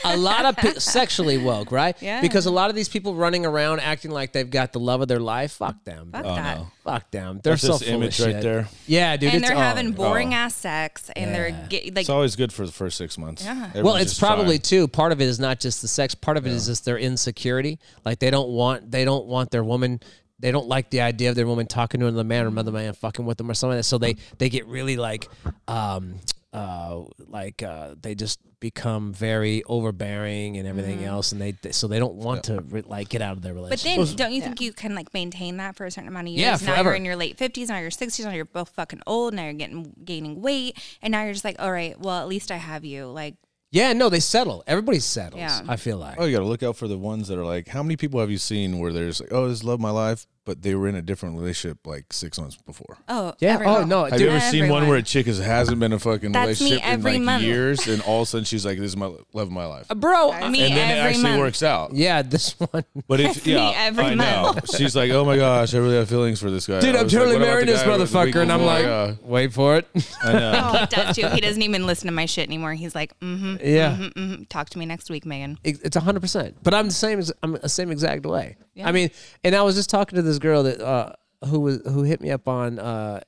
Speaker 1: a lot of pe- sexually woke, right?
Speaker 4: Yeah.
Speaker 1: Because a lot of these people running around acting like they've got the love of their life. Fuck them.
Speaker 4: Fuck
Speaker 1: bro.
Speaker 4: that.
Speaker 1: Fuck them. They're
Speaker 5: That's
Speaker 1: so
Speaker 5: this
Speaker 1: full
Speaker 5: image
Speaker 1: of
Speaker 5: right
Speaker 1: shit.
Speaker 5: there.
Speaker 1: Yeah, dude.
Speaker 4: and
Speaker 1: it's
Speaker 4: they're
Speaker 1: all- Oh.
Speaker 4: having boring ass sex and
Speaker 1: Yeah.
Speaker 4: they're get, like
Speaker 5: It's always good for the first six months. Everyone's
Speaker 1: Well, it's
Speaker 5: just
Speaker 1: probably
Speaker 5: trying.
Speaker 1: too. Part of it is not just the sex. Part of it is just their insecurity. Like they don't want they don't want their woman. They don't like the idea of their woman talking to another man or another man fucking with them or something. like that. So they they get really like um uh, like uh, they just become very overbearing and everything else, and they, they- so they don't want to re- like get out of their
Speaker 4: Mm-hmm. But
Speaker 1: relationship.
Speaker 4: then, don't you think you can like maintain that for a certain amount of years?
Speaker 1: Yeah,
Speaker 4: now
Speaker 1: forever.
Speaker 4: you're in your late fifties, now you're sixties, now you're both fucking old, now you're getting gaining weight, and now you're just like, all right, well, at least I have you. Like,
Speaker 1: yeah, no, they settle. Everybody settles.
Speaker 4: Yeah.
Speaker 1: I feel like.
Speaker 5: Oh, you got to look out for the ones that are like, how many people have you seen where there's like, oh, this love my life, but they were in a different relationship like six months before.
Speaker 4: oh,
Speaker 1: yeah.
Speaker 4: every
Speaker 1: Oh
Speaker 4: month.
Speaker 1: no,
Speaker 5: Have
Speaker 1: dude.
Speaker 5: you ever seen one
Speaker 4: Everyone.
Speaker 5: where a chick is, hasn't been in a fucking
Speaker 4: That's me
Speaker 5: relationship in
Speaker 4: every
Speaker 5: like
Speaker 4: month.
Speaker 5: years, and all of a sudden she's like, "This is my lo- love of my life,"
Speaker 4: bro, me
Speaker 5: and then it
Speaker 4: every
Speaker 5: actually
Speaker 4: month.
Speaker 5: works out.
Speaker 1: yeah, this one.
Speaker 5: But if
Speaker 4: me
Speaker 5: yeah,
Speaker 4: every
Speaker 5: I know. she's like, "Oh my gosh, I really have feelings for this guy."
Speaker 1: Dude,
Speaker 5: I
Speaker 1: I'm
Speaker 5: was like,
Speaker 1: totally
Speaker 5: "What about
Speaker 1: marrying
Speaker 5: the
Speaker 1: this
Speaker 5: guy the
Speaker 1: motherfucker,
Speaker 5: week
Speaker 1: and I'm
Speaker 5: before?"
Speaker 1: like,
Speaker 5: Yeah.
Speaker 1: wait for it.
Speaker 4: He does too. He doesn't even listen to my shit anymore. He's like, mm-hmm,
Speaker 1: yeah.
Speaker 4: mm-hmm. talk to me next week, Megan.
Speaker 1: Ex- It's hundred percent. But I'm the same. As, I'm the same exact way. I mean, and I was just talking to this girl that uh, who was who hit me up on uh,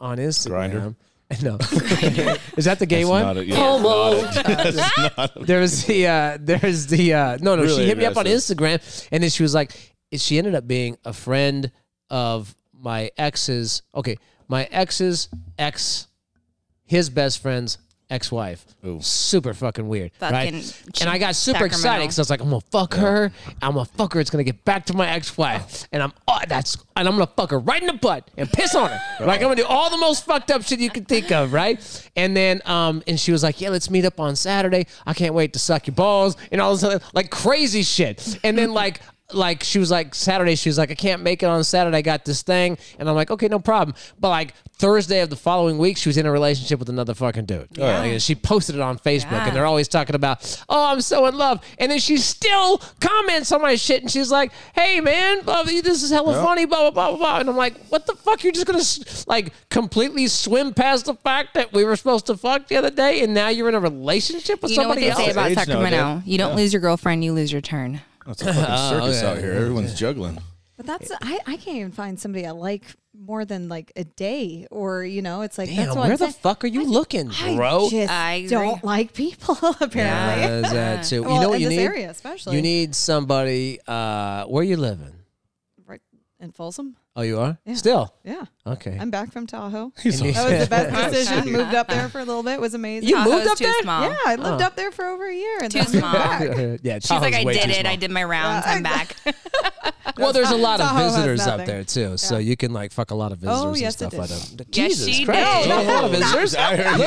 Speaker 1: on Instagram. No, is that the gay
Speaker 5: That's
Speaker 1: one?
Speaker 5: not it. Yeah, that's not it.
Speaker 1: there was the uh, there's the uh, no no
Speaker 5: Really
Speaker 1: she hit me up on
Speaker 5: aggressive.
Speaker 1: Instagram and then she was like she ended up being a friend of my ex's okay my ex's ex his best friend's ex-wife super fucking weird right?
Speaker 4: Fucking
Speaker 1: and I got super
Speaker 4: Sacramento.
Speaker 1: excited because I was like I'm gonna fuck her I'm gonna fuck her it's gonna get back to my ex-wife and I'm oh, that's and I'm gonna fuck her right in the butt and piss on her like I'm gonna do all the most fucked up shit you can think of right and then um and she was like yeah let's meet up on Saturday I can't wait to suck your balls and all this other like crazy shit and then like like she was like Saturday she was like I can't make it on Saturday I got this thing and I'm like okay no problem but like Thursday of the following week she was in a relationship with another fucking dude Like, and she posted it on Facebook
Speaker 4: Yeah.
Speaker 1: and they're always talking about oh I'm so in love and then she still comments on my shit and she's like hey man blah, blah, this is hella funny blah blah blah blah, blah and I'm like what the fuck you're just gonna s- like completely swim past the fact that we were supposed to fuck the other day and now you're in a relationship with
Speaker 4: You know what
Speaker 1: somebody
Speaker 4: they
Speaker 1: else
Speaker 4: say about
Speaker 5: Age now,
Speaker 4: Sacramento?
Speaker 5: dude.
Speaker 4: you don't lose your girlfriend, you lose your turn.
Speaker 5: It's a fucking circus
Speaker 1: Oh,
Speaker 5: out here. Everyone's juggling.
Speaker 6: But that's I, I can't even find somebody I like more than like a day or you know it's like
Speaker 1: Damn,
Speaker 6: that's what
Speaker 1: where
Speaker 6: I'm
Speaker 1: the
Speaker 6: saying.
Speaker 1: fuck are you looking,
Speaker 6: I
Speaker 1: bro?
Speaker 6: just
Speaker 4: I agree.
Speaker 6: don't like people apparently.
Speaker 1: Yeah, is that too? you
Speaker 6: Well,
Speaker 1: know what
Speaker 6: in
Speaker 1: you
Speaker 6: this
Speaker 1: need?
Speaker 6: area especially.
Speaker 1: You need somebody. Uh, where you living?
Speaker 6: right in Folsom.
Speaker 1: Oh, you are
Speaker 6: Yeah.
Speaker 1: still
Speaker 6: Yeah,
Speaker 1: okay.
Speaker 6: I'm back from Tahoe.
Speaker 5: He's
Speaker 1: And you-
Speaker 6: That was the best decision. Moved up there for a little bit. Was amazing.
Speaker 1: You moved
Speaker 4: Tahoe's
Speaker 1: up
Speaker 4: too
Speaker 1: there? Oh.
Speaker 4: small.
Speaker 6: yeah, I lived up there for over a year. And
Speaker 4: Too
Speaker 6: then I moved
Speaker 4: small.
Speaker 6: back.
Speaker 1: yeah,
Speaker 4: She's like, I did it. I did my rounds. I'm back.
Speaker 1: Well, there's a lot of
Speaker 6: Tahoe has
Speaker 1: visitors up
Speaker 6: nothing.
Speaker 1: there too, so you can like fuck a lot of visitors
Speaker 6: Oh,
Speaker 1: and
Speaker 6: yes,
Speaker 1: stuff
Speaker 6: it
Speaker 1: like
Speaker 6: is.
Speaker 1: that.
Speaker 4: Yes,
Speaker 1: Jesus
Speaker 4: she
Speaker 1: Christ! Oh,
Speaker 4: did.
Speaker 1: A lot of visitors. Look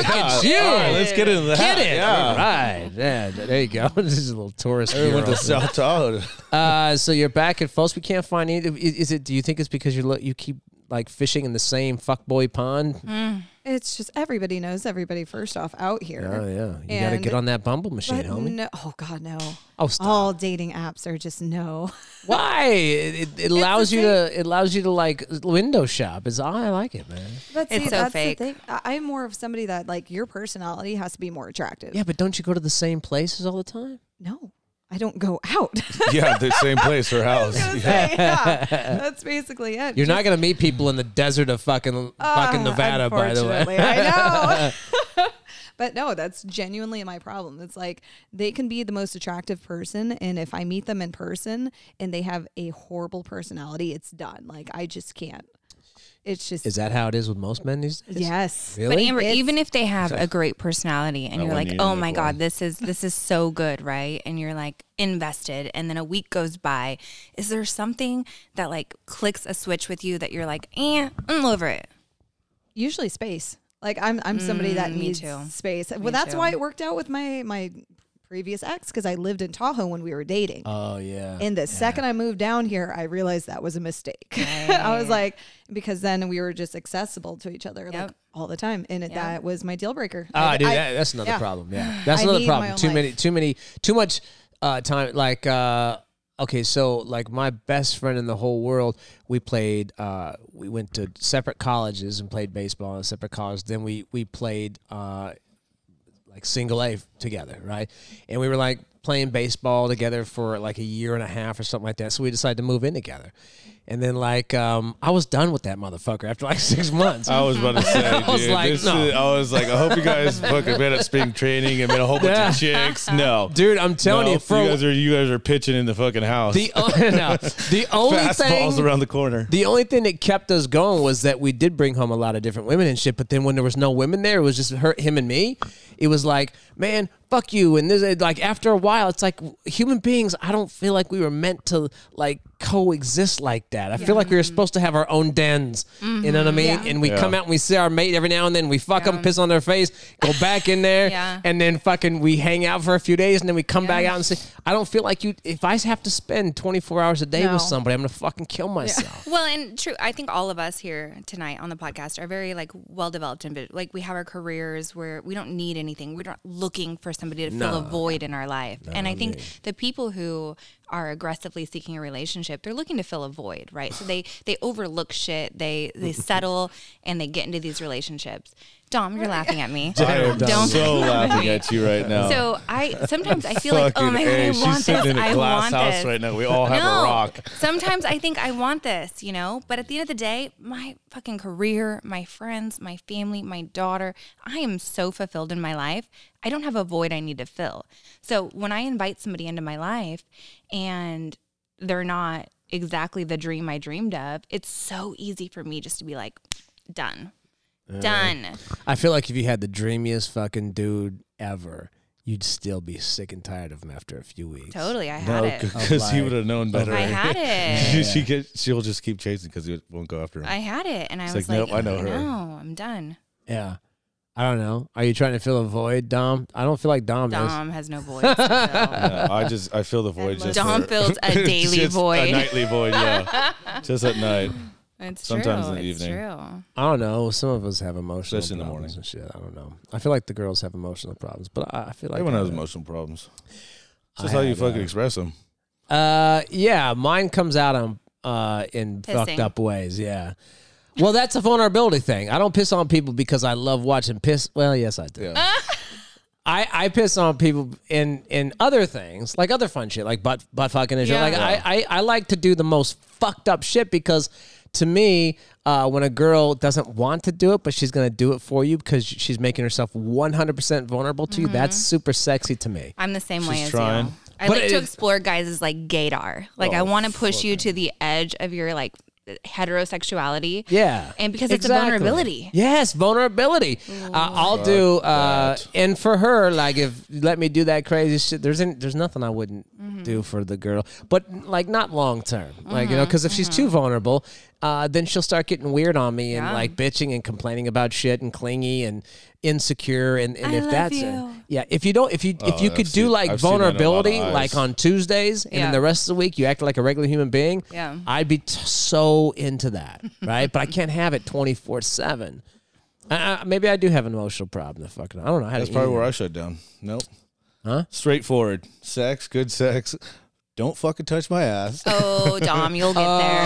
Speaker 1: at you.
Speaker 5: All right, let's get into that.
Speaker 1: Get it
Speaker 5: Yeah.
Speaker 1: All right, yeah, there you go. this is a little tourist.
Speaker 5: We went
Speaker 1: bureau.
Speaker 5: to South Tahoe.
Speaker 1: Uh, so you're back at Folks. We can't find any. Is, is it? Do you think it's because you look? You keep like fishing in the same fuckboy pond?
Speaker 6: It's just everybody knows everybody first off out here.
Speaker 1: Oh yeah, you got to
Speaker 6: And-
Speaker 1: get on that Bumble machine,
Speaker 6: But
Speaker 1: homie.
Speaker 6: no, oh God, no.
Speaker 1: Oh, stop.
Speaker 6: All dating apps are just no.
Speaker 1: Why? It, it- it allows you to. It allows you to like window shop. It's I like it, man.
Speaker 6: But
Speaker 4: It's so
Speaker 6: that's
Speaker 4: fake.
Speaker 6: The thing. I- I'm more of somebody that like your personality has to be more attractive.
Speaker 1: Yeah, but don't you go to the same places all the time?
Speaker 6: No, I don't go out.
Speaker 5: yeah, the same place, her house.
Speaker 6: yeah, that's basically it.
Speaker 1: You're not gonna meet people in the desert of fucking fucking Nevada, by the way.
Speaker 6: Ah, Um, Unfortunately, I know. but no, that's genuinely my problem. It's like they can be the most attractive person, and if I meet them in person and they have a horrible personality, it's done. Like I just can't. It's just
Speaker 1: Is that how it is with most men these days?
Speaker 6: yes.
Speaker 1: Really?
Speaker 4: But Amber, even if they have a great personality and you're
Speaker 5: one
Speaker 4: like,
Speaker 5: you
Speaker 4: oh
Speaker 5: look
Speaker 4: my
Speaker 5: for.
Speaker 4: God, this is this is so good, right? And you're like invested and then a week goes by. Is there something that like clicks a switch with you that you're like, eh, I'm over it?
Speaker 6: Usually space. Like I'm I'm somebody that
Speaker 4: Mm, me
Speaker 6: needs
Speaker 4: too.
Speaker 6: space. Well, that's
Speaker 4: too.
Speaker 6: why it worked out with my my previous ex because I lived in Tahoe when we were dating.
Speaker 1: oh yeah.
Speaker 6: And the second I moved down here, I realized that was a mistake. I was like, because then we were just accessible to each other like
Speaker 4: Yep.
Speaker 6: all the time, and it, that was my deal breaker.
Speaker 1: Ah,
Speaker 6: I-
Speaker 1: dude,
Speaker 6: I-
Speaker 1: that, that's another
Speaker 6: yeah.
Speaker 1: problem. Yeah, that's
Speaker 6: I
Speaker 1: another
Speaker 6: need my
Speaker 1: problem.
Speaker 6: own
Speaker 1: Too many,
Speaker 6: life.
Speaker 1: too many, too much uh, time. Like, uh, okay, so like my best friend in the whole world, we played. Uh, we went to separate colleges and played baseball in separate colleges. Then we we played uh, like single A f- together, right? And we were like playing baseball together for like a year and a half or something like that. So we decided to move in together. And then like um, I was done with that motherfucker after like six months.
Speaker 5: I was about to say, dude,
Speaker 1: was like,
Speaker 5: this
Speaker 1: no.
Speaker 5: is- I was like, I hope you guys fucking met at spring training and met a whole bunch of chicks. No,
Speaker 1: Dude, I'm telling
Speaker 5: No,
Speaker 1: you, for
Speaker 5: guys are you guys are pitching in the fucking house.
Speaker 1: the no, the only
Speaker 5: fastballs
Speaker 1: thing
Speaker 5: around the corner.
Speaker 1: the only thing that kept us going was that we did bring home a lot of different women and shit. But then when there was no women there, it was just her, him, and me. It was like, man, fuck you. And this, like, after a while, it's like human beings. I don't feel like we were meant to like coexist like that. I feel like we were supposed to have our own dens. You know what I mean? And we come out and we see our mate every now and then. We fuck them, piss on their face, go back in there,
Speaker 4: Yeah.
Speaker 1: and then fucking we hang out for a few days, and then we come back out and say, I don't feel like you. If I have to spend twenty four hours a day
Speaker 6: No.
Speaker 1: with somebody, I'm gonna fucking kill myself.
Speaker 4: Well, and true, I think all of us here tonight on the podcast are very like well developed and like we have our careers where we don't need anything. We're not looking for somebody to fill a void in our life. and I think the people who are aggressively seeking a relationship, they're looking to fill a void, right? So they they overlook shit, they they settle, and they get into these relationships. Dom, you're laughing at me.
Speaker 5: I am
Speaker 4: Don't-
Speaker 5: so laughing at you right now.
Speaker 4: So I sometimes I feel like, oh
Speaker 5: Fucking
Speaker 4: my god,
Speaker 5: A.
Speaker 4: I
Speaker 5: She's
Speaker 4: want this.
Speaker 5: sitting in a
Speaker 4: I
Speaker 5: glass
Speaker 4: want
Speaker 5: house
Speaker 4: this.
Speaker 5: right now. We all have a rock.
Speaker 4: Sometimes I think I want this, you know, but at the end of the day, my fucking career, my friends, my family, my daughter, I am so fulfilled in my life. I don't have a void I need to fill. So when I invite somebody into my life and they're not exactly the dream I dreamed of, it's so easy for me just to be like, done. Done.
Speaker 1: I feel like if you had the dreamiest fucking dude ever, you'd still be sick and tired of him after a few weeks.
Speaker 4: Totally. I had
Speaker 5: no,
Speaker 4: it.
Speaker 5: because he would have known better.
Speaker 4: I had it.
Speaker 5: she, she get, she'll just keep chasing because he won't go after him.
Speaker 4: I had it, and I
Speaker 5: It's
Speaker 4: was
Speaker 5: like,
Speaker 4: like,
Speaker 5: nope, I know her.
Speaker 4: No, I'm done.
Speaker 1: Yeah. I don't know. Are you trying to fill a void, Dom? I don't feel like Dom, does.
Speaker 4: Dom has no voice. to
Speaker 5: No, Uh, I just I feel the void. Just
Speaker 4: Dom
Speaker 5: for-
Speaker 4: fills a daily
Speaker 5: just
Speaker 4: void.
Speaker 5: a nightly void. Yeah, just at night.
Speaker 4: fill. It's
Speaker 5: Sometimes
Speaker 4: true.
Speaker 5: in the
Speaker 4: it's
Speaker 5: evening.
Speaker 4: true.
Speaker 1: I don't know. Some of us have emotional
Speaker 5: Especially in the
Speaker 1: problems
Speaker 5: morning.
Speaker 1: and shit. I don't know. I feel like the girls have emotional problems, but I, I feel like
Speaker 5: Everyone has
Speaker 1: I-
Speaker 5: emotional problems. It's
Speaker 1: I
Speaker 5: just how you
Speaker 1: had,
Speaker 5: fucking
Speaker 1: uh,
Speaker 5: express them.
Speaker 1: Uh, yeah, mine comes out on uh in fucked
Speaker 4: Pissing.
Speaker 1: up ways. Yeah. Well, that's a vulnerability thing. I don't piss on people because I love watching piss. Well, yes, I do.
Speaker 5: Yeah.
Speaker 1: I, I piss on people in in other things like other fun shit like butt butt fucking and shit.
Speaker 4: Yeah.
Speaker 1: Like I, I I like to do the most fucked up shit because to me uh, when a girl doesn't want to do it but she's gonna do it for you because she's making herself one hundred percent vulnerable to you. That's
Speaker 4: Mm-hmm.
Speaker 1: super sexy to me.
Speaker 4: I'm the same
Speaker 5: She's
Speaker 4: way as
Speaker 5: trying. Oh,
Speaker 4: you. I
Speaker 1: But
Speaker 4: like
Speaker 1: it-
Speaker 4: to explore guys' like gaydar. Like I want to push you to the edge of your like heterosexuality.
Speaker 1: Yeah.
Speaker 4: And because it's a
Speaker 1: Exactly.
Speaker 4: vulnerability.
Speaker 1: Yes, vulnerability. Uh, I'll do uh, and for her, like if you let me do that crazy shit, there's an, there's nothing I wouldn't
Speaker 4: Mm-hmm.
Speaker 1: do for the girl. But like not long term. Like, you
Speaker 4: Mm-hmm.
Speaker 1: know, because if she's too vulnerable, uh, then she'll start getting weird on me and like bitching and complaining about shit and clingy and insecure and, and
Speaker 4: I
Speaker 1: if
Speaker 4: love
Speaker 1: that's
Speaker 4: you.
Speaker 1: yeah if you don't if you if
Speaker 5: Oh,
Speaker 1: you
Speaker 5: I've
Speaker 1: could do
Speaker 5: seen-
Speaker 1: like
Speaker 5: I've seen that in a lot of
Speaker 1: vulnerability
Speaker 5: eyes.
Speaker 1: like on tuesdays and then
Speaker 4: Yeah.
Speaker 1: the rest of the week you act like a regular human being
Speaker 4: Yeah.
Speaker 1: I'd be t- so into that, right? but I can't have it 24 7. I, I, maybe I do have an emotional problem. That fucking, I don't know how
Speaker 5: That's
Speaker 1: to.
Speaker 5: probably
Speaker 1: eat
Speaker 5: where
Speaker 1: it.
Speaker 5: I shut down. Nope. Huh? Straightforward. Sex, good sex. Don't fucking touch my ass.
Speaker 4: Oh, Dom, you'll get there.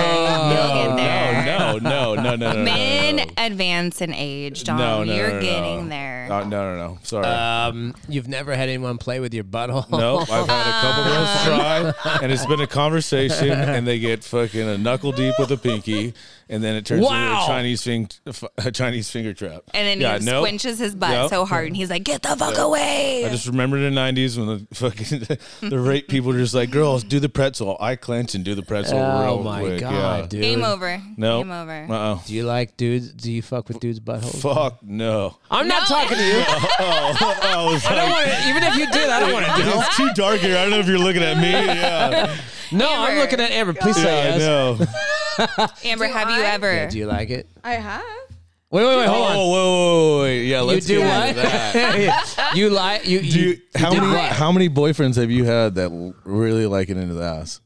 Speaker 4: you'll get there.
Speaker 5: No, no, no, no, no, no.
Speaker 4: Men advance in age, Dom.
Speaker 5: No, no,
Speaker 4: you're
Speaker 5: no, no.
Speaker 4: getting there.
Speaker 5: Oh, no, no, no. Sorry.
Speaker 1: Um, you've never had anyone play with your butthole.
Speaker 5: nope. I've had a couple girls try, and it's been a conversation, and they get fucking a knuckle deep with a pinky, and then it turns into
Speaker 1: Wow.
Speaker 5: a Chinese, fing- a Chinese finger trap.
Speaker 4: and then
Speaker 5: Yeah,
Speaker 4: he
Speaker 5: nope.
Speaker 4: squinches his butt
Speaker 5: Nope.
Speaker 4: so hard, and he's like, "Get the fuck away!"
Speaker 5: I just remember the '90s when the fucking the rape people were just like, "Girls, do the pretzel." I clench and do the pretzel.
Speaker 1: Oh
Speaker 5: real
Speaker 1: my
Speaker 5: quick.
Speaker 1: god,
Speaker 5: yeah.
Speaker 1: dude.
Speaker 4: Game over.
Speaker 5: No.
Speaker 4: Game over.
Speaker 5: Uh
Speaker 1: Do you like dudes? Do you fuck with dudes'
Speaker 5: oh.
Speaker 1: buttholes?
Speaker 5: Fuck no. Oh,
Speaker 1: I'm not talking to you.
Speaker 5: I was
Speaker 1: I don't want to. Even if you did, I don't want to do. it.
Speaker 5: oh, it's too dark here. I don't know if you're looking at me. Yeah.
Speaker 1: No, I'm
Speaker 4: Amber.
Speaker 1: looking at Amber. Please say
Speaker 5: I
Speaker 1: yes.
Speaker 5: know.
Speaker 4: Amber, have you
Speaker 6: I?
Speaker 4: ever?
Speaker 1: Yeah, do you like it?
Speaker 6: I have.
Speaker 1: Wait, wait, wait. Hold on.
Speaker 5: Oh, whoa, whoa, whoa. Yeah,
Speaker 1: You
Speaker 5: let's
Speaker 1: do
Speaker 5: get
Speaker 1: what?
Speaker 5: into that.
Speaker 1: you like you, you,
Speaker 5: Dude, how
Speaker 1: did
Speaker 5: many
Speaker 1: what?
Speaker 5: how many boyfriends have you had that l- really like it into the ass?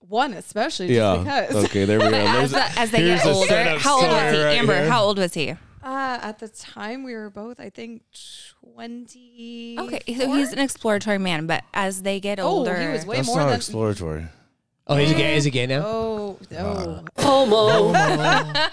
Speaker 6: One especially just
Speaker 5: Yeah.
Speaker 6: because.
Speaker 5: Okay, there we go.
Speaker 4: as,
Speaker 5: There's a-
Speaker 4: the, as they
Speaker 5: here's
Speaker 4: get
Speaker 5: a
Speaker 4: older,
Speaker 5: setup
Speaker 4: how old was
Speaker 5: story
Speaker 4: he?
Speaker 5: right
Speaker 4: Amber,
Speaker 5: here.
Speaker 4: how old was he?
Speaker 6: Uh, at the time, we were both, I think, 20.
Speaker 4: Okay, so he's an exploratory man, but as they get
Speaker 6: Oh,
Speaker 4: older,
Speaker 6: he was way
Speaker 5: That's
Speaker 6: more
Speaker 5: not
Speaker 6: than.
Speaker 5: exploratory.
Speaker 4: Oh,
Speaker 1: Oh, is he gay? Is he gay now?
Speaker 6: Oh, oh.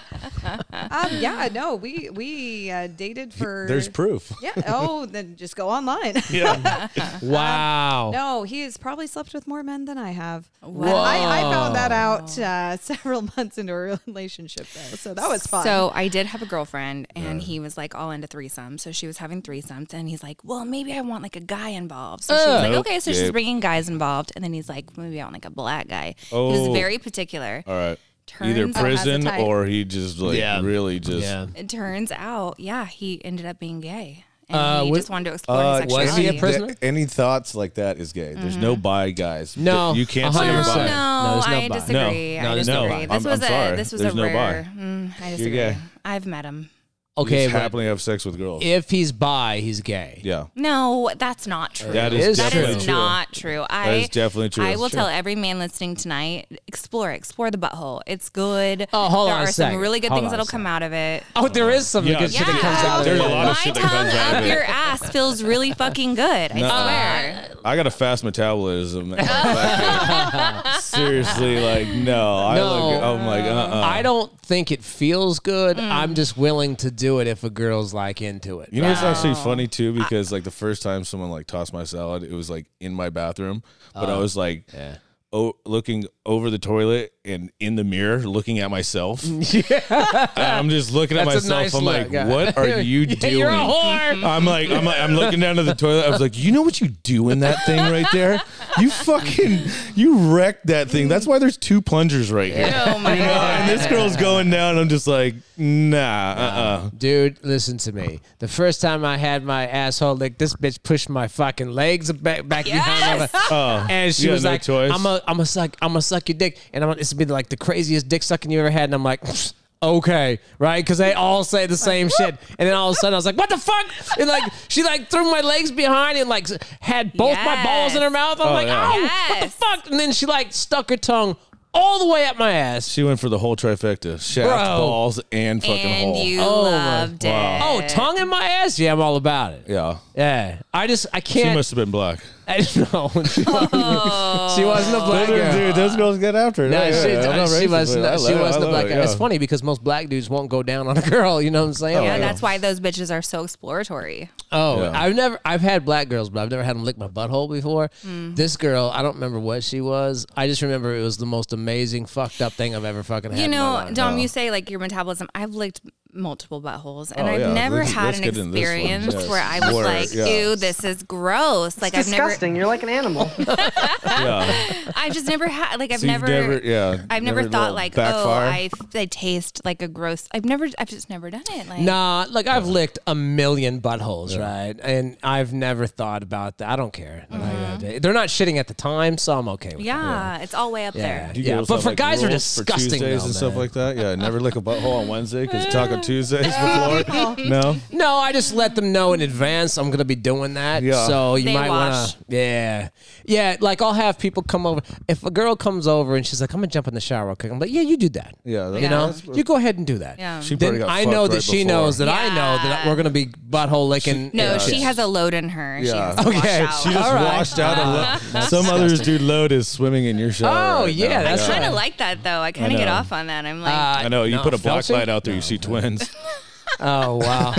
Speaker 6: um, yeah, no, we we uh, dated for.
Speaker 5: There's proof.
Speaker 6: Yeah. Oh, then just go online.
Speaker 5: Yeah.
Speaker 1: Wow.
Speaker 6: No, he has probably slept with more men than I have. I, I found that out uh, several months into a relationship, though, so that was fun.
Speaker 4: So I did have a girlfriend, and he was like all into threesomes. So she was having threesomes, and he's like, "Well, maybe I want like a guy involved." So she was like, "Okay." So she's bringing guys involved, and then he's like, "Maybe I want like a black guy." He was
Speaker 5: Oh.
Speaker 4: very particular.
Speaker 5: All right.
Speaker 4: Turns
Speaker 5: Either
Speaker 4: out-
Speaker 5: prison
Speaker 6: type.
Speaker 5: or he just like
Speaker 1: Yeah.
Speaker 5: really just.
Speaker 1: Yeah.
Speaker 4: It turns out, yeah, he ended up being gay, and
Speaker 1: Uh,
Speaker 4: he
Speaker 1: what-
Speaker 4: just wanted to explore
Speaker 5: uh,
Speaker 4: his
Speaker 1: was
Speaker 4: sexuality.
Speaker 1: he a prisoner?
Speaker 5: Th- any thoughts like that is gay. There's no bi guys.
Speaker 1: No.
Speaker 5: you can't say you're
Speaker 4: Well,
Speaker 1: 100%.
Speaker 5: bi.
Speaker 1: No, there's
Speaker 4: Mm-hmm. no,
Speaker 1: no
Speaker 4: I
Speaker 1: bi.
Speaker 4: disagree.
Speaker 1: No,
Speaker 4: I
Speaker 1: there's no
Speaker 4: disagree.
Speaker 1: bi.
Speaker 4: This
Speaker 5: I'm-
Speaker 4: was
Speaker 5: I'm sorry.
Speaker 4: a this was
Speaker 5: There's
Speaker 4: a
Speaker 5: no bi.
Speaker 4: rare. mm, I disagree.
Speaker 5: gay.
Speaker 4: I've met him.
Speaker 1: Okay,
Speaker 5: You just
Speaker 1: but
Speaker 5: happily have sex with girls.
Speaker 1: if he's bi, he's gay.
Speaker 5: yeah.
Speaker 4: No, that's not true.
Speaker 5: That is
Speaker 4: That
Speaker 5: definitely
Speaker 4: is
Speaker 5: true.
Speaker 4: not true. I
Speaker 5: is definitely true.
Speaker 4: I will
Speaker 5: It's true.
Speaker 4: tell every man listening tonight: explore, it. explore the butthole. It's good.
Speaker 1: Oh, hold
Speaker 4: there
Speaker 1: on a
Speaker 4: are
Speaker 1: second.
Speaker 4: some really good
Speaker 1: Hold on a
Speaker 4: things that'll
Speaker 1: second.
Speaker 4: come out of it.
Speaker 1: Oh, there is some
Speaker 5: Yeah.
Speaker 1: good shit that
Speaker 4: Yeah.
Speaker 1: comes out. of
Speaker 5: There's a
Speaker 1: it.
Speaker 5: lot of
Speaker 4: My
Speaker 5: shit that
Speaker 4: tongue
Speaker 5: comes out of
Speaker 4: up
Speaker 5: it.
Speaker 4: your ass feels really fucking good. I swear.
Speaker 5: I got a fast metabolism. Seriously, like no, I
Speaker 1: No.
Speaker 5: look. I'm like, uh, uh
Speaker 1: I don't think it feels good.
Speaker 4: Mm.
Speaker 1: I'm just willing to do it if a girl's like into it.
Speaker 5: You know, it's actually funny too because like the first time someone like tossed my salad, it was like in my bathroom, but I was like, oh, looking over the toilet and in the mirror, looking at myself. And I'm just looking at
Speaker 1: That's a
Speaker 5: myself.
Speaker 1: nice
Speaker 5: I'm
Speaker 1: look,
Speaker 5: like,
Speaker 1: yeah.
Speaker 5: what are you
Speaker 1: Yeah,
Speaker 5: doing?
Speaker 1: you're a whore.
Speaker 5: I'm like, I'm like, I'm looking down to the toilet. I was like, you know what you do in that thing right there? You fucking, you wrecked that thing. That's why there's two plungers right here.
Speaker 4: Oh my
Speaker 5: You know, and
Speaker 4: god.
Speaker 5: this girl's going down. I'm just like, nah, uh-uh.
Speaker 1: Dude, listen to me. The first time I had my asshole licked, this bitch pushed my fucking legs back back behind my back.
Speaker 5: Oh,
Speaker 1: And she
Speaker 5: you had
Speaker 1: was
Speaker 5: no
Speaker 1: like,
Speaker 5: choice.
Speaker 1: I'm a I'm a suck I'm a suck your dick. And I'm it's been like the craziest dick sucking you ever had. And I'm like, okay. Right? Cause they all say the same shit. And then all of a sudden I was like, what the fuck? And like she like threw my legs behind and like had both my balls in her mouth. I'm
Speaker 5: Oh,
Speaker 1: like,
Speaker 5: yeah.
Speaker 1: oh what the
Speaker 4: Yes.
Speaker 1: fuck? And then she like stuck her tongue all the way up my ass.
Speaker 5: She went for the whole trifecta: shaft,
Speaker 1: Bro.
Speaker 5: balls, and fucking
Speaker 4: And
Speaker 5: hole.
Speaker 4: you
Speaker 1: Oh my-
Speaker 4: loved it.
Speaker 5: Wow.
Speaker 1: Oh, tongue in my ass? Yeah, I'm all about it.
Speaker 5: yeah,
Speaker 1: Yeah. I just I
Speaker 5: she
Speaker 1: can't
Speaker 5: must have been black.
Speaker 1: I no, she, she wasn't a black girl.
Speaker 5: those girls get after it.
Speaker 1: No, she, she wasn't. she wasn't a black girl. It's funny because most black dudes won't go down on a girl. You know what I'm saying?
Speaker 4: Yeah,
Speaker 1: Like,
Speaker 4: that's why those bitches are so exploratory.
Speaker 1: oh,
Speaker 5: Yeah.
Speaker 1: I've never. I've had black girls, but I've never had them lick my butthole before.
Speaker 4: Mm.
Speaker 1: This girl, I don't remember what she was. I just remember it was the most amazing fucked up thing I've ever fucking had.
Speaker 4: You
Speaker 1: in my
Speaker 4: know,
Speaker 1: life.
Speaker 4: Dom, you say like your metabolism. I've licked multiple buttholes, and
Speaker 5: Oh,
Speaker 4: I've
Speaker 5: yeah.
Speaker 4: never
Speaker 5: Let's-
Speaker 4: had
Speaker 5: let's
Speaker 4: an
Speaker 5: get into this one.
Speaker 4: experience
Speaker 5: Yes.
Speaker 4: where I was
Speaker 5: Word,
Speaker 4: like,
Speaker 5: yeah.
Speaker 4: "Ew, this is gross." Like I've
Speaker 7: Disgusting. You're like an animal.
Speaker 5: Yeah.
Speaker 4: never, I've just never had. Like I've
Speaker 5: So you've
Speaker 4: never,
Speaker 5: never- yeah,
Speaker 4: I've never,
Speaker 5: never
Speaker 4: thought
Speaker 5: little
Speaker 4: like,
Speaker 5: backfire?
Speaker 4: "Oh, I, f- I taste like a gross." I've never, I've just never done it. Like,
Speaker 1: Nah, like I've licked a million buttholes, right? And I've never thought about that. I don't care. Like, uh, They're not shitting at the time, so I'm okay with
Speaker 4: Mm-hmm. yeah, it's all way up there.
Speaker 1: Yeah.
Speaker 5: Do you
Speaker 1: Yeah,
Speaker 5: girls
Speaker 1: but
Speaker 5: have,
Speaker 1: for
Speaker 5: like,
Speaker 1: guys are
Speaker 5: rules for
Speaker 1: disgusting,
Speaker 5: Tuesdays
Speaker 1: though,
Speaker 5: and stuff
Speaker 1: man.
Speaker 5: like that. Yeah, never lick a butthole on Wednesday because Taco Tuesdays before. no,
Speaker 1: it. No, I just let them know in advance I'm gonna be doing that.
Speaker 5: Yeah.
Speaker 1: So you
Speaker 4: They
Speaker 1: might wanna
Speaker 4: watch.
Speaker 1: Yeah. Yeah, like I'll have people come over. If a girl comes over and she's like, I'm gonna jump in the shower real quick, I'm like, Yeah, you do that.
Speaker 5: yeah,
Speaker 1: You
Speaker 5: that-
Speaker 1: know,
Speaker 5: that's-
Speaker 1: you go ahead and do that.
Speaker 4: Yeah.
Speaker 5: She probably
Speaker 1: then
Speaker 5: got
Speaker 1: I
Speaker 5: fucked
Speaker 1: know that
Speaker 5: right
Speaker 1: she
Speaker 5: before.
Speaker 1: knows that I know that
Speaker 4: Yeah.
Speaker 1: we're gonna be butthole licking.
Speaker 4: No,
Speaker 1: Yeah.
Speaker 4: she has a load in her. She
Speaker 5: Yeah.
Speaker 4: has to
Speaker 1: Okay,
Speaker 4: Wash
Speaker 5: She
Speaker 4: out.
Speaker 5: just
Speaker 1: All right.
Speaker 5: washed out. a lo- Some other dude load is swimming in your shower.
Speaker 1: Oh,
Speaker 5: right
Speaker 1: yeah,
Speaker 5: now.
Speaker 1: that's
Speaker 4: I kind
Speaker 1: right.
Speaker 4: of like that though. I kind
Speaker 5: I
Speaker 4: of get
Speaker 5: know.
Speaker 4: off on that. I'm like,
Speaker 1: Uh,
Speaker 5: I know you
Speaker 1: no,
Speaker 5: put a black
Speaker 1: Felton?
Speaker 5: light out there, you see twins.
Speaker 1: Oh wow.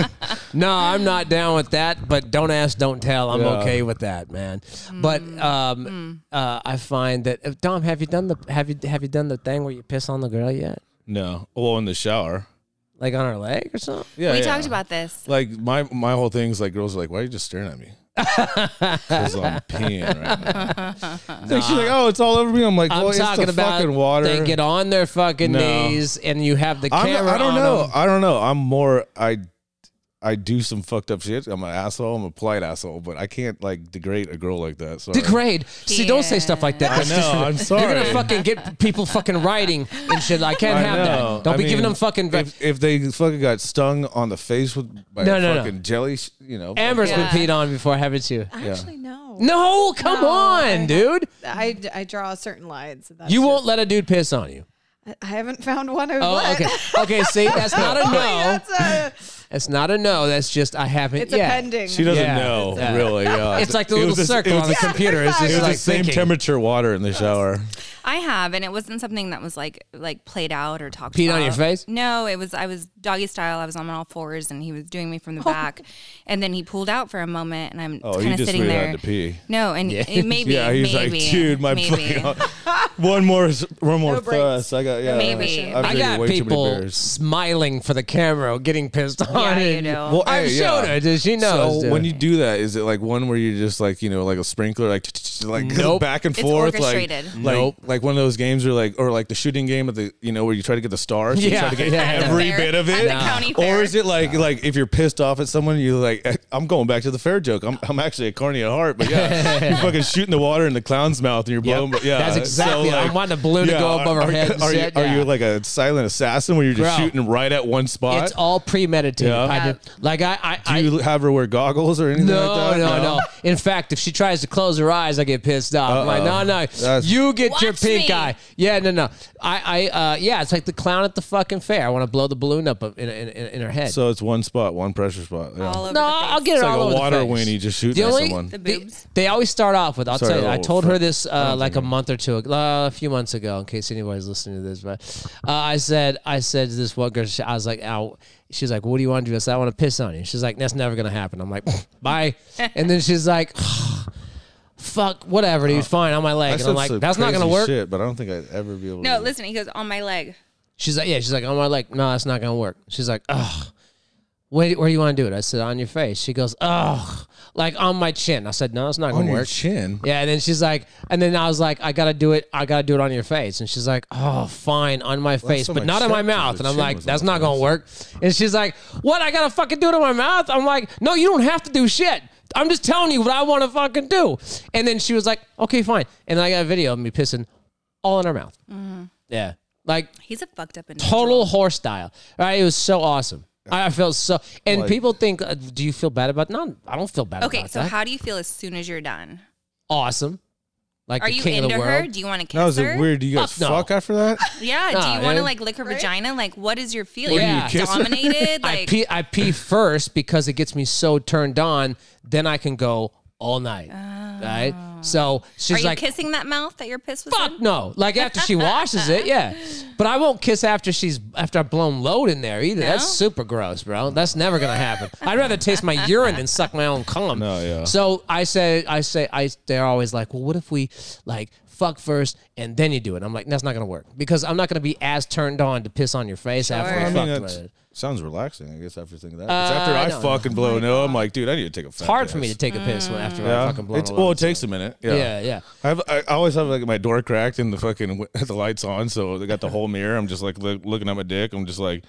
Speaker 1: no, I'm not down with that, but don't ask, don't tell. I'm
Speaker 5: Yeah. Mm.
Speaker 1: okay with that, man. But um uh I find that uh, Dom, have you done the have you have you done the thing where you piss on the girl yet?
Speaker 5: No, well, in the shower.
Speaker 1: Like on her leg or something?
Speaker 5: Yeah,
Speaker 4: we
Speaker 5: yeah.
Speaker 4: talked about this.
Speaker 5: Like my my whole thing's like girls are like, why are you just staring at me? Because I'm peeing right now. Like, she's like, oh, it's all over me. I'm like,
Speaker 1: I'm
Speaker 5: well,
Speaker 1: talking
Speaker 5: it's the
Speaker 1: about
Speaker 5: fucking water.
Speaker 1: they get on their fucking
Speaker 5: No.
Speaker 1: knees and you have the
Speaker 5: I'm,
Speaker 1: camera
Speaker 5: I don't
Speaker 1: on
Speaker 5: know.
Speaker 1: 'em.
Speaker 5: I don't know. I'm more. I I do some fucked up shit. I'm an asshole. I'm a polite asshole, but I can't like degrade a girl like that. Sorry.
Speaker 1: Degrade. See, don't say stuff like that.
Speaker 5: I
Speaker 1: That's just-
Speaker 5: know. I'm sorry.
Speaker 1: You're gonna fucking get people fucking writing and shit. I can't
Speaker 5: I
Speaker 1: have
Speaker 5: know.
Speaker 1: that. Don't
Speaker 5: I
Speaker 1: be giving
Speaker 5: mean,
Speaker 1: them fucking.
Speaker 5: If, if they fucking got stung on the face with by
Speaker 1: No,
Speaker 5: a
Speaker 1: no, no.
Speaker 5: fucking jelly, sh- you know.
Speaker 1: Amber's
Speaker 4: Yeah.
Speaker 1: been peed on before, haven't you?
Speaker 6: Actually, no.
Speaker 1: No, come
Speaker 6: No, I
Speaker 1: on,
Speaker 6: have-
Speaker 1: dude.
Speaker 6: I, I draw certain lines. That's
Speaker 1: You
Speaker 6: just-
Speaker 1: won't let a dude piss on you.
Speaker 6: I- I haven't found one. Who
Speaker 1: Oh,
Speaker 6: would.
Speaker 1: okay. Okay, see, that's not a no.
Speaker 6: That's a,
Speaker 1: That's not a no. That's just I haven't
Speaker 6: it's
Speaker 1: yet.
Speaker 6: a pending.
Speaker 5: She doesn't
Speaker 1: Yeah.
Speaker 5: know,
Speaker 1: Yeah.
Speaker 5: really. Yeah.
Speaker 1: It's like the
Speaker 5: It
Speaker 1: little
Speaker 5: was the- it
Speaker 1: circle
Speaker 5: was
Speaker 1: on the
Speaker 5: the-
Speaker 1: computer. It's
Speaker 5: It
Speaker 1: just
Speaker 5: was
Speaker 1: like
Speaker 5: the same
Speaker 1: thinking.
Speaker 4: Oh,
Speaker 5: temperature water in the shower.
Speaker 4: I I have, and it wasn't something that was like like played out or talked.
Speaker 1: Peed
Speaker 4: about.
Speaker 1: on your face?
Speaker 4: No, it was I was doggy style. I was on all fours, and he was doing me
Speaker 1: Oh.
Speaker 4: from the back, and then he pulled out for a moment, and I'm
Speaker 5: Oh, you
Speaker 4: kind of
Speaker 5: just
Speaker 4: sitting
Speaker 5: really
Speaker 4: there.
Speaker 5: had to pee.
Speaker 4: No, and it, maybe
Speaker 5: yeah, he's
Speaker 4: maybe,
Speaker 5: like, dude, my
Speaker 4: maybe.
Speaker 5: fucking one more, one more
Speaker 6: breaks.
Speaker 5: thrust. I got yeah.
Speaker 4: Maybe.
Speaker 5: I've
Speaker 1: I
Speaker 5: drinking
Speaker 1: got
Speaker 5: way Too many
Speaker 1: people
Speaker 5: beers.
Speaker 1: smiling for the camera, getting pissed on.
Speaker 4: you
Speaker 1: and-
Speaker 4: do.
Speaker 5: Well,
Speaker 1: I've
Speaker 5: hey,
Speaker 1: shown
Speaker 5: yeah.
Speaker 1: her. Does she knows.
Speaker 5: So
Speaker 1: dude.
Speaker 5: when you do that, is it like one where you're just like you know like a sprinkler like like
Speaker 1: Nope.
Speaker 5: back and
Speaker 4: It's
Speaker 5: forth
Speaker 4: orchestrated.
Speaker 5: like like
Speaker 1: Nope.
Speaker 5: like one of those games where like or like the shooting game at the you know where you try to get the stars you
Speaker 1: Yeah,
Speaker 5: try to get
Speaker 1: yeah.
Speaker 5: every
Speaker 4: Fair.
Speaker 5: bit of
Speaker 4: At
Speaker 5: it
Speaker 4: the county fair.
Speaker 5: or is it like like if you're pissed off at someone you're like "Eh, I'm going back to the fair joke I'm I'm actually a carny at heart but yeah you're fucking shooting the water in the clown's mouth and you're blowing but yeah
Speaker 1: That's
Speaker 5: So,
Speaker 1: exactly it. I want the balloon to go above
Speaker 5: are,
Speaker 1: her head and
Speaker 5: are, you,
Speaker 1: shit,
Speaker 5: are
Speaker 1: yeah.
Speaker 5: you like a silent assassin where you're just
Speaker 1: Bro.
Speaker 5: shooting right at one spot
Speaker 1: it's all premeditated.
Speaker 5: Yeah.
Speaker 1: I did, like I, I,
Speaker 5: do
Speaker 1: I
Speaker 5: you have her wear goggles or anything
Speaker 1: no,
Speaker 5: like that
Speaker 1: no, no, In fact, if she tries to close her eyes, I get pissed off. I'm like, no, no,
Speaker 5: That's-
Speaker 1: you get your
Speaker 4: Watch
Speaker 1: pink
Speaker 4: me.
Speaker 1: eye. Yeah, no, no. I, I, uh, yeah, it's like the clown at the fucking fair. I want to blow the balloon up uh, in, in, in, in her head.
Speaker 5: So it's one spot, one pressure spot. Yeah.
Speaker 4: all over
Speaker 1: no,
Speaker 4: the
Speaker 1: I'll
Speaker 4: face.
Speaker 1: get
Speaker 5: it's
Speaker 1: it
Speaker 5: like
Speaker 1: all
Speaker 5: a
Speaker 1: over
Speaker 5: water
Speaker 1: the face.
Speaker 5: wing you just shoot
Speaker 1: The
Speaker 5: at
Speaker 1: only-
Speaker 5: someone.
Speaker 4: the
Speaker 1: They-
Speaker 4: boobs.
Speaker 1: They, always start off with. I'll
Speaker 5: Sorry,
Speaker 1: tell you. I
Speaker 5: oh,
Speaker 1: told her
Speaker 5: fuck.
Speaker 1: this uh, like a month or two, ago, uh, a few months ago, in case anybody's listening to this. But uh, I said, I said to this one girl, she- I was like, "Ow." She's like, "What do you want to do?" I said, "I want to piss on you." She's like, "That's never gonna happen." I'm like, "Bye." and then she's like. Fuck, whatever,
Speaker 5: Oh.
Speaker 1: dude. Fine, on my leg, and I'm
Speaker 5: said
Speaker 1: like,
Speaker 5: some
Speaker 1: that's not gonna
Speaker 5: crazy
Speaker 1: work.
Speaker 5: Shit, but I don't think I'd ever be able.
Speaker 4: No,
Speaker 5: to.
Speaker 4: listen. He goes on my leg.
Speaker 1: She's like, yeah. She's like, on my leg. No, that's not gonna work. She's like, oh, where, where do you want to do it? I said, on your face. She goes, oh, like on my chin. I said, no, it's not
Speaker 5: on
Speaker 1: gonna
Speaker 5: your
Speaker 1: work.
Speaker 5: chin.
Speaker 1: Yeah, and then she's like, and then I was like, I gotta do it. I gotta do it on your face. And she's like, Oh, fine, on my face,
Speaker 5: time
Speaker 1: but
Speaker 5: I
Speaker 1: not in my
Speaker 5: checked,
Speaker 1: mouth.
Speaker 5: the
Speaker 1: And I'm
Speaker 5: chin
Speaker 1: like,
Speaker 5: was
Speaker 1: That's
Speaker 5: on
Speaker 1: not
Speaker 5: the
Speaker 1: gonna work. And she's like, What? I gotta fucking do it in my mouth? I'm like, No, you don't have to do shit. I'm just telling you what I want to fucking do. And then she was like, Okay, fine. And then I got a video of me pissing all in her mouth. Yeah, like
Speaker 4: He's a fucked up individual.
Speaker 1: total horse style. Right? It was so awesome. I I felt so, and
Speaker 5: Like-
Speaker 1: people think, uh, "Do you feel bad about?" No, I don't feel bad.
Speaker 4: Okay,
Speaker 1: about
Speaker 4: so
Speaker 1: that.
Speaker 4: how do you feel as soon as you're done?
Speaker 1: awesome. Like
Speaker 4: Are
Speaker 1: the
Speaker 4: you
Speaker 1: king of
Speaker 4: into
Speaker 1: the world.
Speaker 4: her? Do you want to kiss
Speaker 5: That was
Speaker 4: her?
Speaker 5: a weird. Do you guys
Speaker 1: Fuck no.
Speaker 5: fuck after that?
Speaker 4: Yeah. do
Speaker 1: Nah,
Speaker 4: you want
Speaker 1: dude.
Speaker 4: to like lick her vagina? Like, what is your feeling?
Speaker 1: What do you Yeah. kiss her?
Speaker 4: Dominated.
Speaker 1: I
Speaker 4: Like,
Speaker 1: pee, I pee first because it gets me so turned on. Then I can go all night, right? So
Speaker 4: Oh. are
Speaker 1: she's
Speaker 4: you
Speaker 1: like,
Speaker 4: kissing that mouth that your piss was
Speaker 1: "Fuck
Speaker 4: in?
Speaker 1: no!" Like after she washes it, yeah. But I won't kiss after she's after I've blown load in there either. That's
Speaker 4: No?
Speaker 1: super gross, bro. That's never gonna happen. I'd rather taste my urine than suck my own cum.
Speaker 5: No, yeah.
Speaker 1: So I say, I say, I. They're always like, "Well, what if we like?" Fuck first, and then you do it. I'm like, that's not gonna work because I'm not gonna be as turned on to piss on your face after
Speaker 4: Sure.
Speaker 1: I,
Speaker 5: I mean,
Speaker 1: fucked with
Speaker 5: that's-
Speaker 1: it.
Speaker 5: sounds relaxing. I guess after thinking that. 'Cause after
Speaker 1: Uh, I
Speaker 5: I
Speaker 1: don't Oh
Speaker 5: fuck and blow no, I'm like, dude, I need to take a.
Speaker 1: It's hard for me to take a piss when after I fucking blown
Speaker 5: it's,
Speaker 1: away.
Speaker 5: well, it takes a minute. Yeah,
Speaker 1: Yeah, yeah.
Speaker 5: I, have, I always have like my door cracked and the fucking w- the lights on, so they got the whole mirror. I'm just like look, looking at my dick. I'm just like,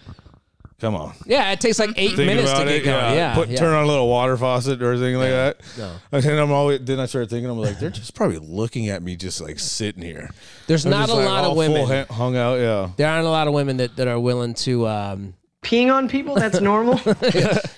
Speaker 5: come on.
Speaker 1: yeah, it takes like eight minutes to get going. Yeah,
Speaker 5: Put,
Speaker 1: yeah.
Speaker 5: turn on a little water faucet or anything like that.
Speaker 1: No.
Speaker 5: And then I'm always then I started thinking I'm like they're just probably looking at me just like sitting here.
Speaker 1: There's
Speaker 5: I'm
Speaker 1: not
Speaker 5: just,
Speaker 1: a
Speaker 5: like,
Speaker 1: lot
Speaker 5: all
Speaker 1: of women.
Speaker 5: full ha- hung out. Yeah,
Speaker 1: there aren't a lot of women that, that are willing to. Um,
Speaker 7: peeing on people? That's normal.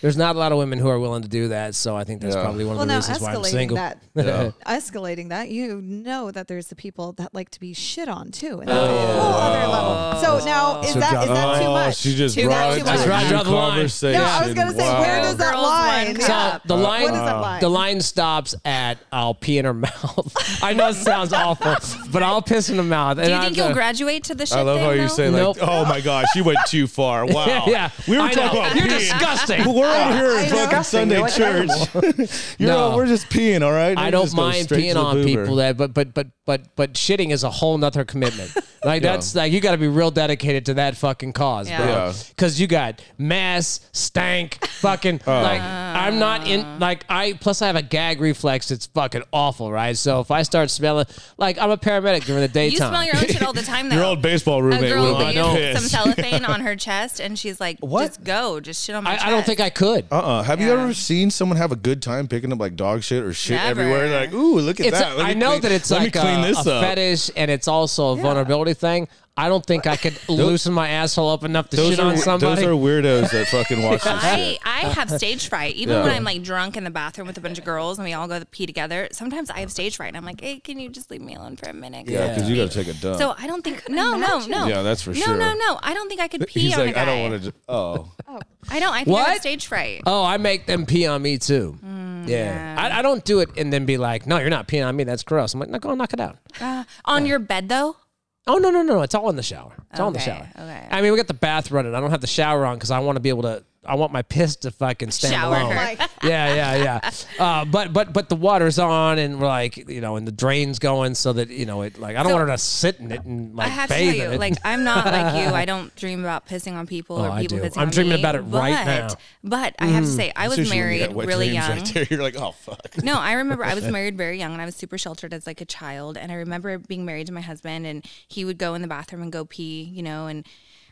Speaker 1: there's not a lot of women who are willing to do that. So I think that's
Speaker 5: Yeah.
Speaker 1: probably one of
Speaker 6: Well,
Speaker 1: the
Speaker 6: now
Speaker 1: reasons why I'm
Speaker 6: escalating
Speaker 1: single.
Speaker 6: that,
Speaker 5: Yeah.
Speaker 6: escalating that, you know that there's the people that like to be shit on too, and that's a whole other level. So now is that is that too
Speaker 5: oh,
Speaker 6: much?
Speaker 5: she just
Speaker 6: Is that
Speaker 5: brought
Speaker 6: too
Speaker 5: it
Speaker 6: much?
Speaker 1: That's
Speaker 5: to
Speaker 1: right,
Speaker 5: a
Speaker 1: draw
Speaker 5: new
Speaker 1: the line.
Speaker 5: conversation.
Speaker 6: No, I was gonna say, where
Speaker 5: Wow.
Speaker 6: does that
Speaker 4: Girls,
Speaker 6: line?
Speaker 4: one
Speaker 6: Yeah.
Speaker 4: cup.
Speaker 1: The line,
Speaker 6: What is that line? Oh.
Speaker 1: the line stops at I'll pee in her mouth. I know it sounds awful, but I'll piss in the mouth.
Speaker 4: Do you think you'll graduate to the shit
Speaker 5: I love
Speaker 4: thing,
Speaker 5: how
Speaker 4: though?
Speaker 5: you say like,
Speaker 1: Nope.
Speaker 5: oh my gosh, she went too far. Wow.
Speaker 1: yeah,
Speaker 5: we were
Speaker 1: I
Speaker 5: talking
Speaker 1: know.
Speaker 5: about
Speaker 1: You're
Speaker 5: peeing.
Speaker 1: disgusting.
Speaker 5: We're out here in
Speaker 6: I know.
Speaker 5: fucking Sunday
Speaker 7: Disgusting. You're
Speaker 5: church. You're
Speaker 1: No.
Speaker 5: all- we're just peeing, all right?
Speaker 1: I
Speaker 5: We
Speaker 1: don't
Speaker 5: just go
Speaker 1: mind
Speaker 5: straight
Speaker 1: peeing
Speaker 5: to the
Speaker 1: on
Speaker 5: boober.
Speaker 1: people that, but but but but but shitting is a whole nother commitment. Like that's like you got to be real dedicated to that fucking cause,
Speaker 4: Yeah.
Speaker 1: bro.
Speaker 5: Yeah.
Speaker 1: Cause you got mess, stank, fucking
Speaker 5: Uh.
Speaker 1: like I'm not in like I plus I have a gag reflex. It's fucking awful, right? So if I start smelling like I'm a paramedic during the
Speaker 4: You
Speaker 1: daytime.
Speaker 4: smell your own shit all the time, though.
Speaker 5: Your old baseball
Speaker 4: a
Speaker 5: roommate
Speaker 4: girl
Speaker 5: would have been
Speaker 4: used some
Speaker 5: pissed.
Speaker 4: cellophane on her chest, and she's like,
Speaker 5: What?
Speaker 4: "Just go, just shit on my
Speaker 1: I, I don't think I could.
Speaker 5: Uh-uh. Have you
Speaker 4: Yeah.
Speaker 5: ever seen someone have a good time picking up like dog shit or shit
Speaker 4: Never.
Speaker 5: everywhere? They're like, ooh, look at
Speaker 1: It's
Speaker 5: that.
Speaker 1: a,
Speaker 5: Let me
Speaker 1: I know
Speaker 5: clean-
Speaker 1: that it's
Speaker 5: let
Speaker 1: like
Speaker 5: me clean
Speaker 1: a,
Speaker 5: this
Speaker 1: a
Speaker 5: up.
Speaker 1: fetish and it's also a vulnerability thing. I don't think I could loosen my asshole up enough to
Speaker 5: Those
Speaker 1: shit
Speaker 5: are,
Speaker 1: on somebody.
Speaker 5: those are weirdos that fucking watch this
Speaker 4: I,
Speaker 5: shit.
Speaker 4: I have stage fright. Even
Speaker 5: Yeah.
Speaker 4: when I'm like drunk in the bathroom with a bunch of girls and we all go to pee together, sometimes I have stage fright. And I'm like, hey, can you just leave me alone for a minute?
Speaker 5: Yeah, because you got to take a dump.
Speaker 4: So I don't think no no no
Speaker 5: Yeah, that's for
Speaker 4: no,
Speaker 5: sure.
Speaker 4: no no I don't think I could pee
Speaker 5: He's
Speaker 4: on
Speaker 5: like,
Speaker 4: a guy
Speaker 5: I don't want to. Oh,
Speaker 4: I don't I think I
Speaker 1: What?
Speaker 4: have stage fright
Speaker 1: Oh, I make them pee on me too.
Speaker 4: Mm,
Speaker 1: yeah. I, I don't do it and then be like, no, you're not peeing on me. That's gross. I'm like, no, go knock it out.
Speaker 4: on your bed though
Speaker 1: Oh no no no! no. It's all in the shower. It's all in the
Speaker 4: Okay,
Speaker 1: shower.
Speaker 4: okay.
Speaker 1: I mean, we got the bath running. I don't have the shower on because I want to be able to. I want my piss to fucking stand
Speaker 4: Shower
Speaker 1: alone.
Speaker 4: her.
Speaker 6: Like,
Speaker 1: yeah, yeah, yeah. Uh, but but but the water's on, and we're like, you know, and the drain's going, so that you know it. Like, I don't
Speaker 4: So-
Speaker 1: want her to sit in it and like
Speaker 4: I have to
Speaker 1: bathe
Speaker 4: tell you,
Speaker 1: in it.
Speaker 4: like I'm not like you. I don't dream about pissing on people
Speaker 1: Oh,
Speaker 4: or
Speaker 1: I
Speaker 4: people
Speaker 1: do.
Speaker 4: pissing
Speaker 1: I'm
Speaker 4: on
Speaker 1: dreaming
Speaker 4: me,
Speaker 1: about it right
Speaker 4: but,
Speaker 1: now. Mm.
Speaker 4: But I have to say, I was
Speaker 5: Especially when you
Speaker 4: married
Speaker 5: got wet
Speaker 4: really
Speaker 5: dreams
Speaker 4: young.
Speaker 5: Right there. You're like, oh fuck.
Speaker 4: No, I remember I was married very young and I was super sheltered as like a child. And I remember being married to my husband and he would go in the bathroom and go pee, you know, and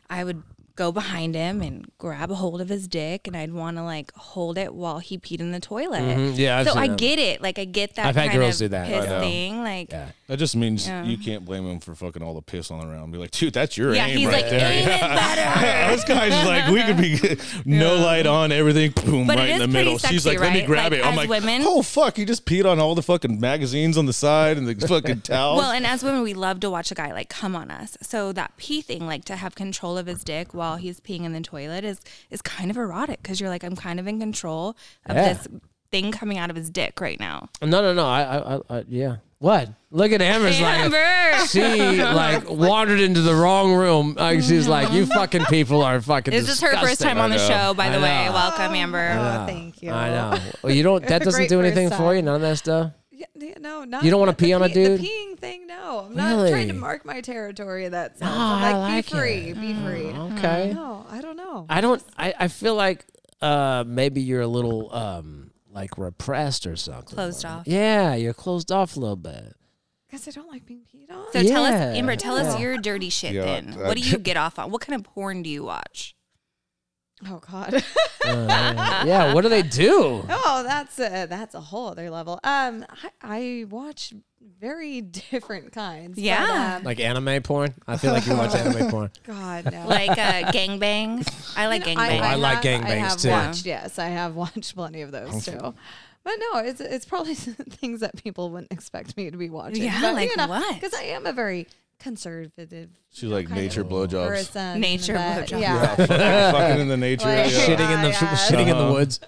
Speaker 4: I would go behind him and grab a hold of his dick and I'd want to like hold it while he peed in the toilet.
Speaker 1: Mm-hmm. Yeah, I've
Speaker 4: so
Speaker 1: seen
Speaker 4: I
Speaker 1: that.
Speaker 4: get it. Like I get that
Speaker 1: I've had
Speaker 4: kind
Speaker 1: girls
Speaker 4: of
Speaker 1: do that. I
Speaker 4: piss
Speaker 1: know.
Speaker 4: thing. Like yeah,
Speaker 5: That just means you can't blame him for fucking all the piss on the ground. Be like, dude, that's your aim
Speaker 4: he's
Speaker 5: right
Speaker 4: like,
Speaker 5: there.
Speaker 4: ain't it better?
Speaker 5: This guy's just like, we could be good. no light on, everything, boom,
Speaker 4: But it
Speaker 5: right in
Speaker 4: is
Speaker 5: the
Speaker 4: pretty
Speaker 5: middle. She's
Speaker 4: sexy,
Speaker 5: like, let me
Speaker 4: right?
Speaker 5: grab
Speaker 4: Like,
Speaker 5: it. I'm
Speaker 4: as
Speaker 5: like,
Speaker 4: women-
Speaker 5: oh fuck, you just peed on all the fucking magazines on the side and the fucking towels.
Speaker 1: Oh.
Speaker 4: Well, and as women, we love to watch a guy like come on us. So that pee thing, like to have control of his dick while he's peeing in the toilet, is is kind of erotic because you're like, I'm kind of in control of
Speaker 1: Yeah.
Speaker 4: this thing coming out of his dick right now.
Speaker 1: no no no. I, I, I, I yeah. What? Look at Amber's like.
Speaker 4: Amber,
Speaker 1: She like wandered into the wrong room. Like, she's like, "You fucking people are fucking."
Speaker 4: this is her first
Speaker 1: disgusting."
Speaker 4: time on the
Speaker 5: I know.
Speaker 4: show, by the
Speaker 1: I
Speaker 4: way.
Speaker 1: know.
Speaker 4: Welcome, Amber.
Speaker 6: oh, thank you.
Speaker 1: I know. Well, you don't. That doesn't
Speaker 6: Great
Speaker 1: do
Speaker 6: first
Speaker 1: anything for
Speaker 6: time.
Speaker 1: you. None of that stuff.
Speaker 6: Yeah, yeah, no, not
Speaker 1: You don't wanna
Speaker 6: not the
Speaker 1: pee on a
Speaker 6: pee-
Speaker 1: dude?
Speaker 6: The peeing thing, no. I'm not trying to
Speaker 1: Really?
Speaker 6: mark my territory. That's no,
Speaker 1: I like
Speaker 6: like,
Speaker 1: it. Mm,
Speaker 6: be free, be free.
Speaker 1: Okay.
Speaker 6: No, I don't know.
Speaker 1: I don't. I, I feel like uh, maybe you're a little um, like repressed or something.
Speaker 4: Closed off.
Speaker 1: Yeah, you're closed off a little bit.
Speaker 6: Because I don't like being peed on.
Speaker 4: So tell us,
Speaker 1: Yeah.
Speaker 4: Amber, tell us your dirty shit.
Speaker 5: Yeah,
Speaker 4: then,
Speaker 5: I-
Speaker 4: what do you get off on? What kind of porn do you watch?
Speaker 6: oh God.
Speaker 1: Uh, yeah. What do they do?
Speaker 6: oh, that's a that's a whole other level. Um, I, I watch very different kinds. but,
Speaker 4: Yeah.
Speaker 6: um,
Speaker 1: Like anime porn? I feel like you watch anime porn.
Speaker 6: God no.
Speaker 4: Like uh, gangbang? I like
Speaker 6: You know,
Speaker 4: gangbang.
Speaker 1: I like
Speaker 6: have-
Speaker 1: gangbangs,
Speaker 6: I have
Speaker 1: too.
Speaker 6: Watched, yes, I have watched plenty of those too. But no, it's it's probably things that people wouldn't expect me to be watching.
Speaker 4: Yeah,
Speaker 6: but,
Speaker 4: like what?
Speaker 6: Because I am a very conservative
Speaker 5: She's like
Speaker 6: kind of
Speaker 5: nature blowjobs.
Speaker 6: person.
Speaker 4: Nature
Speaker 6: that-
Speaker 4: blowjobs.
Speaker 6: Yeah.
Speaker 5: fucking in the nature.
Speaker 6: Like-
Speaker 5: yeah.
Speaker 1: Shitting in the
Speaker 6: Yeah, yeah.
Speaker 1: shitting in the
Speaker 5: Uh-huh.
Speaker 1: woods.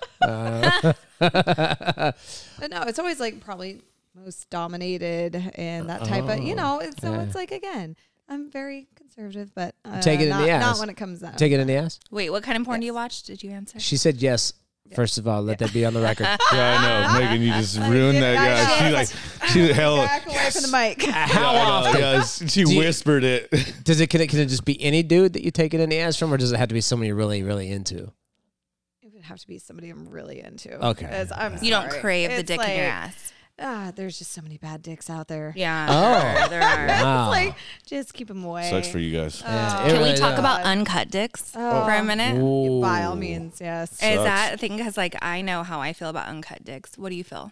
Speaker 1: Uh-huh.
Speaker 6: But no, it's always like probably most dominated and that type of you
Speaker 1: Oh.
Speaker 6: know. It's, so it's like again, I'm very conservative, but uh,
Speaker 1: Take it in
Speaker 6: not,
Speaker 1: the ass.
Speaker 6: Not when it comes out.
Speaker 1: Take it in the ass.
Speaker 4: Wait, what kind of porn do you watch? Did you answer?
Speaker 1: She said yes. First of all, let that be on the record.
Speaker 5: Yeah, I know. Megan, you just ruined that
Speaker 6: I
Speaker 5: guy.
Speaker 6: know.
Speaker 5: She's like, she's hell.
Speaker 6: Back away from the mic.
Speaker 1: How
Speaker 5: I know,
Speaker 1: often
Speaker 5: yeah, she
Speaker 1: you-
Speaker 5: whispered it.
Speaker 1: does it can, it? can it just be any dude that you take it in the ass from, or does it have to be someone you're really, really into?
Speaker 6: It would have to be somebody I'm really into.
Speaker 1: Okay.
Speaker 6: As I'm
Speaker 4: You don't
Speaker 6: sorry.
Speaker 4: crave the
Speaker 6: It's
Speaker 4: dick in your
Speaker 6: like,
Speaker 4: ass.
Speaker 6: Ah, there's just so many bad dicks out there.
Speaker 4: Yeah.
Speaker 1: Oh.
Speaker 4: There are.
Speaker 1: Wow.
Speaker 6: It's like just keep them away. Oh,
Speaker 5: Sucks for you guys.
Speaker 1: Yeah, it
Speaker 4: Can we
Speaker 1: really
Speaker 4: talk
Speaker 1: does.
Speaker 4: about uncut dicks for a minute?
Speaker 1: Ooh.
Speaker 6: By all means, yes.
Speaker 4: Is that a thing? Because like I know how I feel about uncut dicks. What do you feel?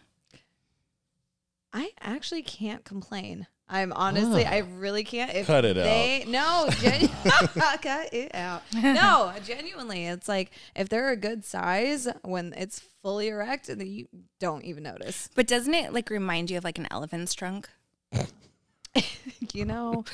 Speaker 6: I actually can't complain. I'm honestly, I really can't. If
Speaker 5: Cut it
Speaker 6: they, out. No, genu- cut it out. No, genuinely, it's like if they're a good size when it's fully erect, then you don't even notice.
Speaker 4: But doesn't it like remind you of like an elephant's trunk?
Speaker 6: You know,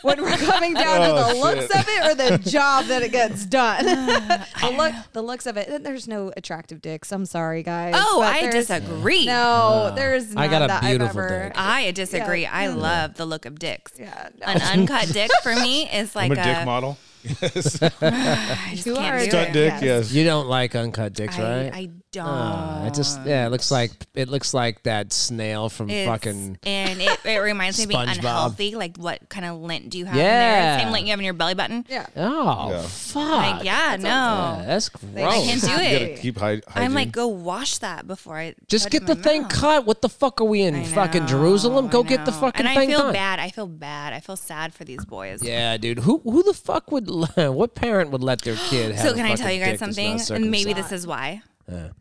Speaker 6: when we're coming down to
Speaker 5: Oh,
Speaker 6: the looks
Speaker 5: shit.
Speaker 6: of it or the job that it gets done, the look, the looks of it. There's no attractive dicks. I'm sorry, guys.
Speaker 4: Oh,
Speaker 6: but
Speaker 4: I
Speaker 6: there's-
Speaker 4: disagree.
Speaker 6: No, there's.
Speaker 1: I
Speaker 6: None
Speaker 1: got a
Speaker 6: that
Speaker 1: beautiful
Speaker 6: I've ever,
Speaker 1: dick.
Speaker 4: I disagree. I love the look of dicks.
Speaker 6: Yeah, no.
Speaker 4: An uncut dick for me is like
Speaker 5: I'm a
Speaker 4: a,
Speaker 5: dick model. Yes.
Speaker 4: I just
Speaker 6: You
Speaker 4: can't
Speaker 6: are a
Speaker 4: do
Speaker 5: Stunt
Speaker 4: it.
Speaker 5: dick,
Speaker 6: Yes.
Speaker 5: yes.
Speaker 1: You don't like uncut dicks,
Speaker 4: I,
Speaker 1: right?
Speaker 4: I don't.
Speaker 1: Uh, it just yeah, it looks like it looks like that snail from
Speaker 4: It's-
Speaker 1: fucking
Speaker 4: and it, it reminds me of being
Speaker 1: SpongeBob.
Speaker 4: unhealthy. Like what kind of lint do you have in
Speaker 1: Yeah.
Speaker 4: there? Same lint you have in your belly button.
Speaker 6: Yeah.
Speaker 1: oh
Speaker 5: Yeah.
Speaker 1: fuck.
Speaker 4: Like yeah, no.
Speaker 1: Yeah, that's
Speaker 4: I
Speaker 1: gross.
Speaker 4: can't do
Speaker 5: You gotta
Speaker 4: it.
Speaker 5: keep high.
Speaker 4: I'm like, go wash that before I
Speaker 1: Just
Speaker 4: touch
Speaker 1: get
Speaker 4: my
Speaker 1: the thing
Speaker 4: mouth.
Speaker 1: cut. What the fuck are we in
Speaker 4: I
Speaker 1: fucking
Speaker 4: know,
Speaker 1: Jerusalem? Go
Speaker 4: I
Speaker 1: get the
Speaker 4: know.
Speaker 1: fucking
Speaker 4: and
Speaker 1: thing
Speaker 4: I feel
Speaker 1: done.
Speaker 4: bad. I feel bad. I feel sad for these boys.
Speaker 1: Yeah, dude. Who who the fuck would what parent would let their kid have
Speaker 4: So
Speaker 1: a
Speaker 4: can I tell
Speaker 1: fucking
Speaker 4: you guys
Speaker 1: dick that's
Speaker 4: something?
Speaker 1: not
Speaker 4: And maybe this
Speaker 1: circumcised?
Speaker 4: is why.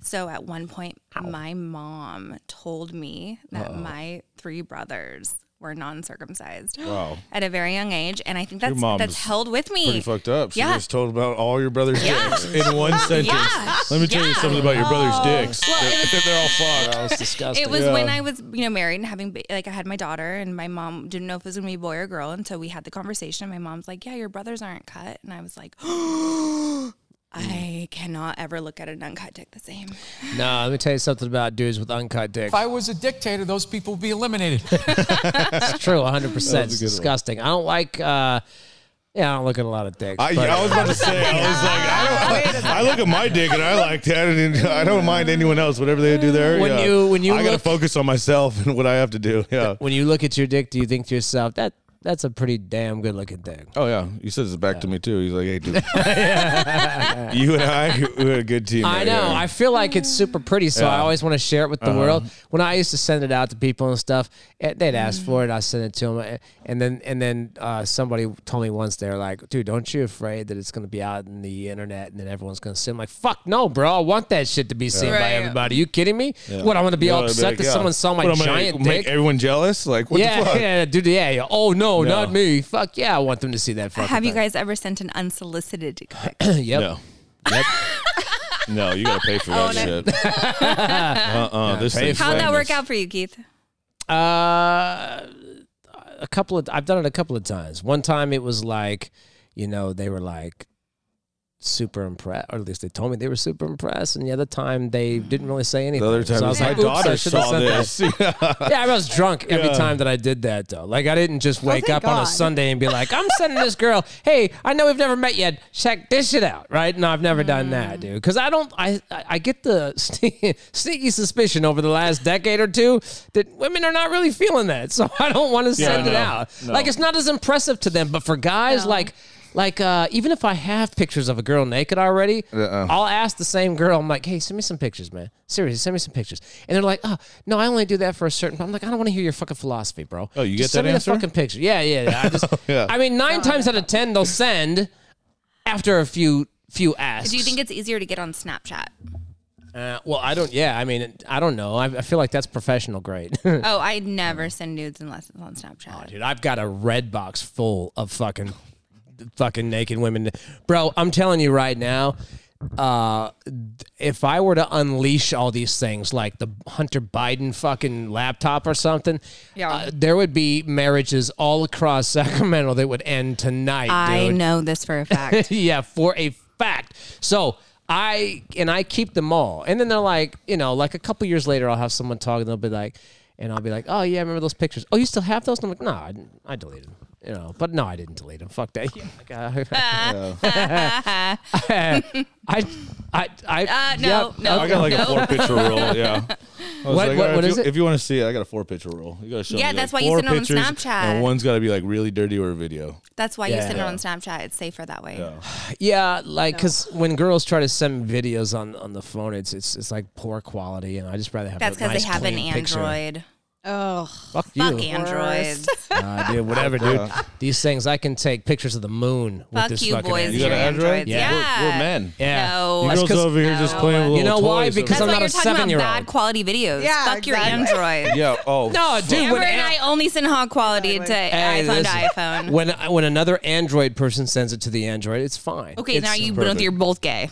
Speaker 4: So at one point, my mom told me that my three brothers were non-circumcised
Speaker 5: Wow.
Speaker 4: at a very young age, and I think that's
Speaker 5: mom
Speaker 4: that's
Speaker 5: is
Speaker 4: held with
Speaker 5: pretty
Speaker 4: me.
Speaker 5: fucked up. She
Speaker 4: Yeah.
Speaker 5: just told about all your brother's dicks in one sentence.
Speaker 4: Yeah.
Speaker 5: Let me tell you
Speaker 4: Yeah.
Speaker 5: something about your brother's dicks. they're, they're all fucked.
Speaker 1: That's disgusting.
Speaker 4: It was when I was, you know, married and having, ba- like, I had my daughter, and my mom didn't know if it was gonna be a boy or a
Speaker 1: Mm.
Speaker 4: girl, and so we had the conversation. And my mom's like, "Yeah, your brothers aren't cut," and I was like, I cannot ever look at an uncut dick the same.
Speaker 1: No, let me tell you something about dudes with uncut dicks.
Speaker 8: If I was a dictator, those people would be eliminated.
Speaker 1: It's true, 100. percent It's disgusting. I don't like. uh Yeah, I don't look at a lot of dicks.
Speaker 5: I,
Speaker 1: but-
Speaker 5: I was about to say, I was like, I, don't, I look at my dick and I like that. And I don't mind anyone else, whatever they do there.
Speaker 1: When
Speaker 5: yeah.
Speaker 1: you- when you
Speaker 5: I gotta
Speaker 1: look-
Speaker 5: focus on myself and what I have to do. Yeah.
Speaker 1: when you look at your dick, do you think to yourself that that's a pretty damn good looking dick?
Speaker 5: Oh yeah, he says it back to me too. He's like, "Hey, dude, you and I, we're a good team."
Speaker 1: I
Speaker 5: right
Speaker 1: know.
Speaker 5: here."
Speaker 1: I feel like it's super pretty, so I
Speaker 5: Yeah. Uh-huh.
Speaker 1: always want to share it with the world. When I used to send it out to people and stuff, eh, they'd ask for it. I send it to them, and then and then uh, somebody told me once they're like, "Dude, don't you afraid that it's going to be out in the internet and then everyone's going to see?" it?" I'm like, "Fuck no, bro! I want that shit to be seen by
Speaker 4: Right.
Speaker 1: everybody. you kidding me? What? I'm going to be
Speaker 5: You know,
Speaker 1: all
Speaker 5: I'd
Speaker 1: upset
Speaker 5: like,
Speaker 1: that
Speaker 5: yeah.
Speaker 1: someone saw my
Speaker 5: What, I'm gonna
Speaker 1: giant
Speaker 5: make
Speaker 1: dick?
Speaker 5: everyone jealous? Like, what the
Speaker 1: yeah,
Speaker 5: fuck?
Speaker 1: yeah, dude, yeah, yeah. Oh no,
Speaker 5: No.
Speaker 1: not me. Fuck yeah, I want them to see that. fucking
Speaker 4: Have you
Speaker 1: thing.
Speaker 4: guys ever sent an unsolicited dick pic?
Speaker 1: Yep.
Speaker 5: No. no, you gotta pay for that shit. uh uh This
Speaker 1: pay
Speaker 5: thing's
Speaker 1: for
Speaker 4: How'd that
Speaker 5: famous.
Speaker 4: work out for you, Keith?
Speaker 1: Uh, a couple of I've done it a couple of times. One time it was like, you know, they were like super impressed, or at least they told me they were super impressed. And the other time they didn't really say anything.
Speaker 5: The other time,
Speaker 1: so I was
Speaker 5: my
Speaker 1: like, "Oops, I
Speaker 5: daughter
Speaker 1: should've
Speaker 5: saw
Speaker 1: said that."
Speaker 5: this. Yeah.
Speaker 1: Yeah, I was drunk every
Speaker 5: Yeah.
Speaker 1: time that I did that though. Like I didn't just wake
Speaker 6: Oh, thank
Speaker 1: up on a
Speaker 6: God.
Speaker 1: Sunday and be like, "I'm sending this girl, hey, I know we've never met yet. Check this shit out." Right? No, I've never done
Speaker 6: Mm.
Speaker 1: that, dude. Cuz I don't I I I get the sne- sneaky suspicion over the last decade or two that women are not really feeling that. So I don't want to send it
Speaker 5: no,
Speaker 1: out.
Speaker 5: no.
Speaker 1: Like it's not as impressive to them, but for guys like like uh, even if I have pictures of a girl naked already,
Speaker 5: Uh-uh.
Speaker 1: I'll ask the same girl. I'm like, "Hey, send me some pictures, man. Seriously, send me some pictures." And they're like, "Oh, no, I only do that for a certain." I'm like, "I don't want to hear your fucking philosophy, bro."
Speaker 5: Oh,
Speaker 1: Just
Speaker 5: you get that
Speaker 1: send me
Speaker 5: answer? Oh,
Speaker 1: the fucking picture. Yeah, yeah. yeah. I, just,
Speaker 5: Yeah.
Speaker 1: I mean, nine times out of ten, they'll send after a few few asks.
Speaker 4: Do you think it's easier to get on Snapchat?
Speaker 1: Uh, well, I don't. Yeah, I mean, I don't know. I, I feel like that's professional grade.
Speaker 4: Oh, I never send nudes unless it's on Snapchat.
Speaker 1: Dude, I've got a red box full of fucking fucking naked women. Bro, I'm telling you right now, uh if I were to unleash all these things like the Hunter Biden fucking laptop or something,
Speaker 4: Yeah.
Speaker 1: uh, there would be marriages all across Sacramento that would end tonight,
Speaker 4: I
Speaker 1: dude.
Speaker 4: know this for a fact.
Speaker 1: yeah, for a fact. So I and I keep them all, and then they're like, you know, like a couple years later, I'll have someone talk, and they'll be like, and I'll be like, oh yeah, I remember those pictures. Oh, you still have those? And I'm like, no, I, didn't- I deleted them. You know, but no, I didn't delete them. Fuck that. Yeah, like, uh, I, I, I.
Speaker 4: Uh, no,
Speaker 1: yep.
Speaker 4: no.
Speaker 5: I got like a four picture rule. Yeah.
Speaker 1: What-
Speaker 5: I was like,
Speaker 1: what-
Speaker 5: all right,
Speaker 1: what
Speaker 5: if
Speaker 1: is
Speaker 5: you,
Speaker 1: it?
Speaker 5: If you want to see it, I got a four picture rule. You got to show
Speaker 4: Yeah,
Speaker 5: me
Speaker 4: that's
Speaker 5: like
Speaker 4: why you
Speaker 5: four
Speaker 4: send it on
Speaker 5: pictures,
Speaker 4: Snapchat.
Speaker 5: And one's got to be like really dirty or a video.
Speaker 4: That's why you
Speaker 1: Yeah.
Speaker 4: send it on Snapchat. It's safer that way.
Speaker 1: Yeah, like because when girls try to send me videos on on the phone, it's it's it's like poor quality, and I just rather have.
Speaker 4: That's
Speaker 1: because
Speaker 4: because they have an
Speaker 1: Picture.
Speaker 4: Android.
Speaker 6: Oh,
Speaker 1: Fuck you.
Speaker 4: Fuck Androids.
Speaker 1: Nah, dude, whatever, dude. These things, I can take pictures of the moon with
Speaker 4: Fuck
Speaker 1: this
Speaker 4: you,
Speaker 1: fucking.
Speaker 4: boys.
Speaker 1: Android.
Speaker 5: You got
Speaker 4: Your
Speaker 5: an Android?
Speaker 4: Androids.
Speaker 1: Yeah.
Speaker 5: We're, we're men.
Speaker 1: Yeah.
Speaker 4: No.
Speaker 5: You
Speaker 1: That's
Speaker 5: girls
Speaker 1: 'cause-
Speaker 5: over here just playing with
Speaker 4: You
Speaker 5: little
Speaker 1: know why?
Speaker 5: toys.
Speaker 1: Because
Speaker 4: That's
Speaker 1: I'm
Speaker 4: why
Speaker 1: not
Speaker 4: you're
Speaker 1: a
Speaker 4: talking about
Speaker 1: seven-year-old.
Speaker 4: bad quality videos.
Speaker 6: Yeah,
Speaker 4: Fuck
Speaker 6: exactly.
Speaker 4: your Android.
Speaker 5: Yeah. Oh.
Speaker 1: No,
Speaker 5: fuck.
Speaker 1: dude. When,
Speaker 4: Amber and
Speaker 1: an-
Speaker 4: I only send hog quality to
Speaker 1: Hey,
Speaker 4: iPhone to
Speaker 1: listen.
Speaker 4: iPhone.
Speaker 1: when when another Android person sends it to the Android, it's fine.
Speaker 4: Okay,
Speaker 1: It's-
Speaker 4: now you both you're both gay.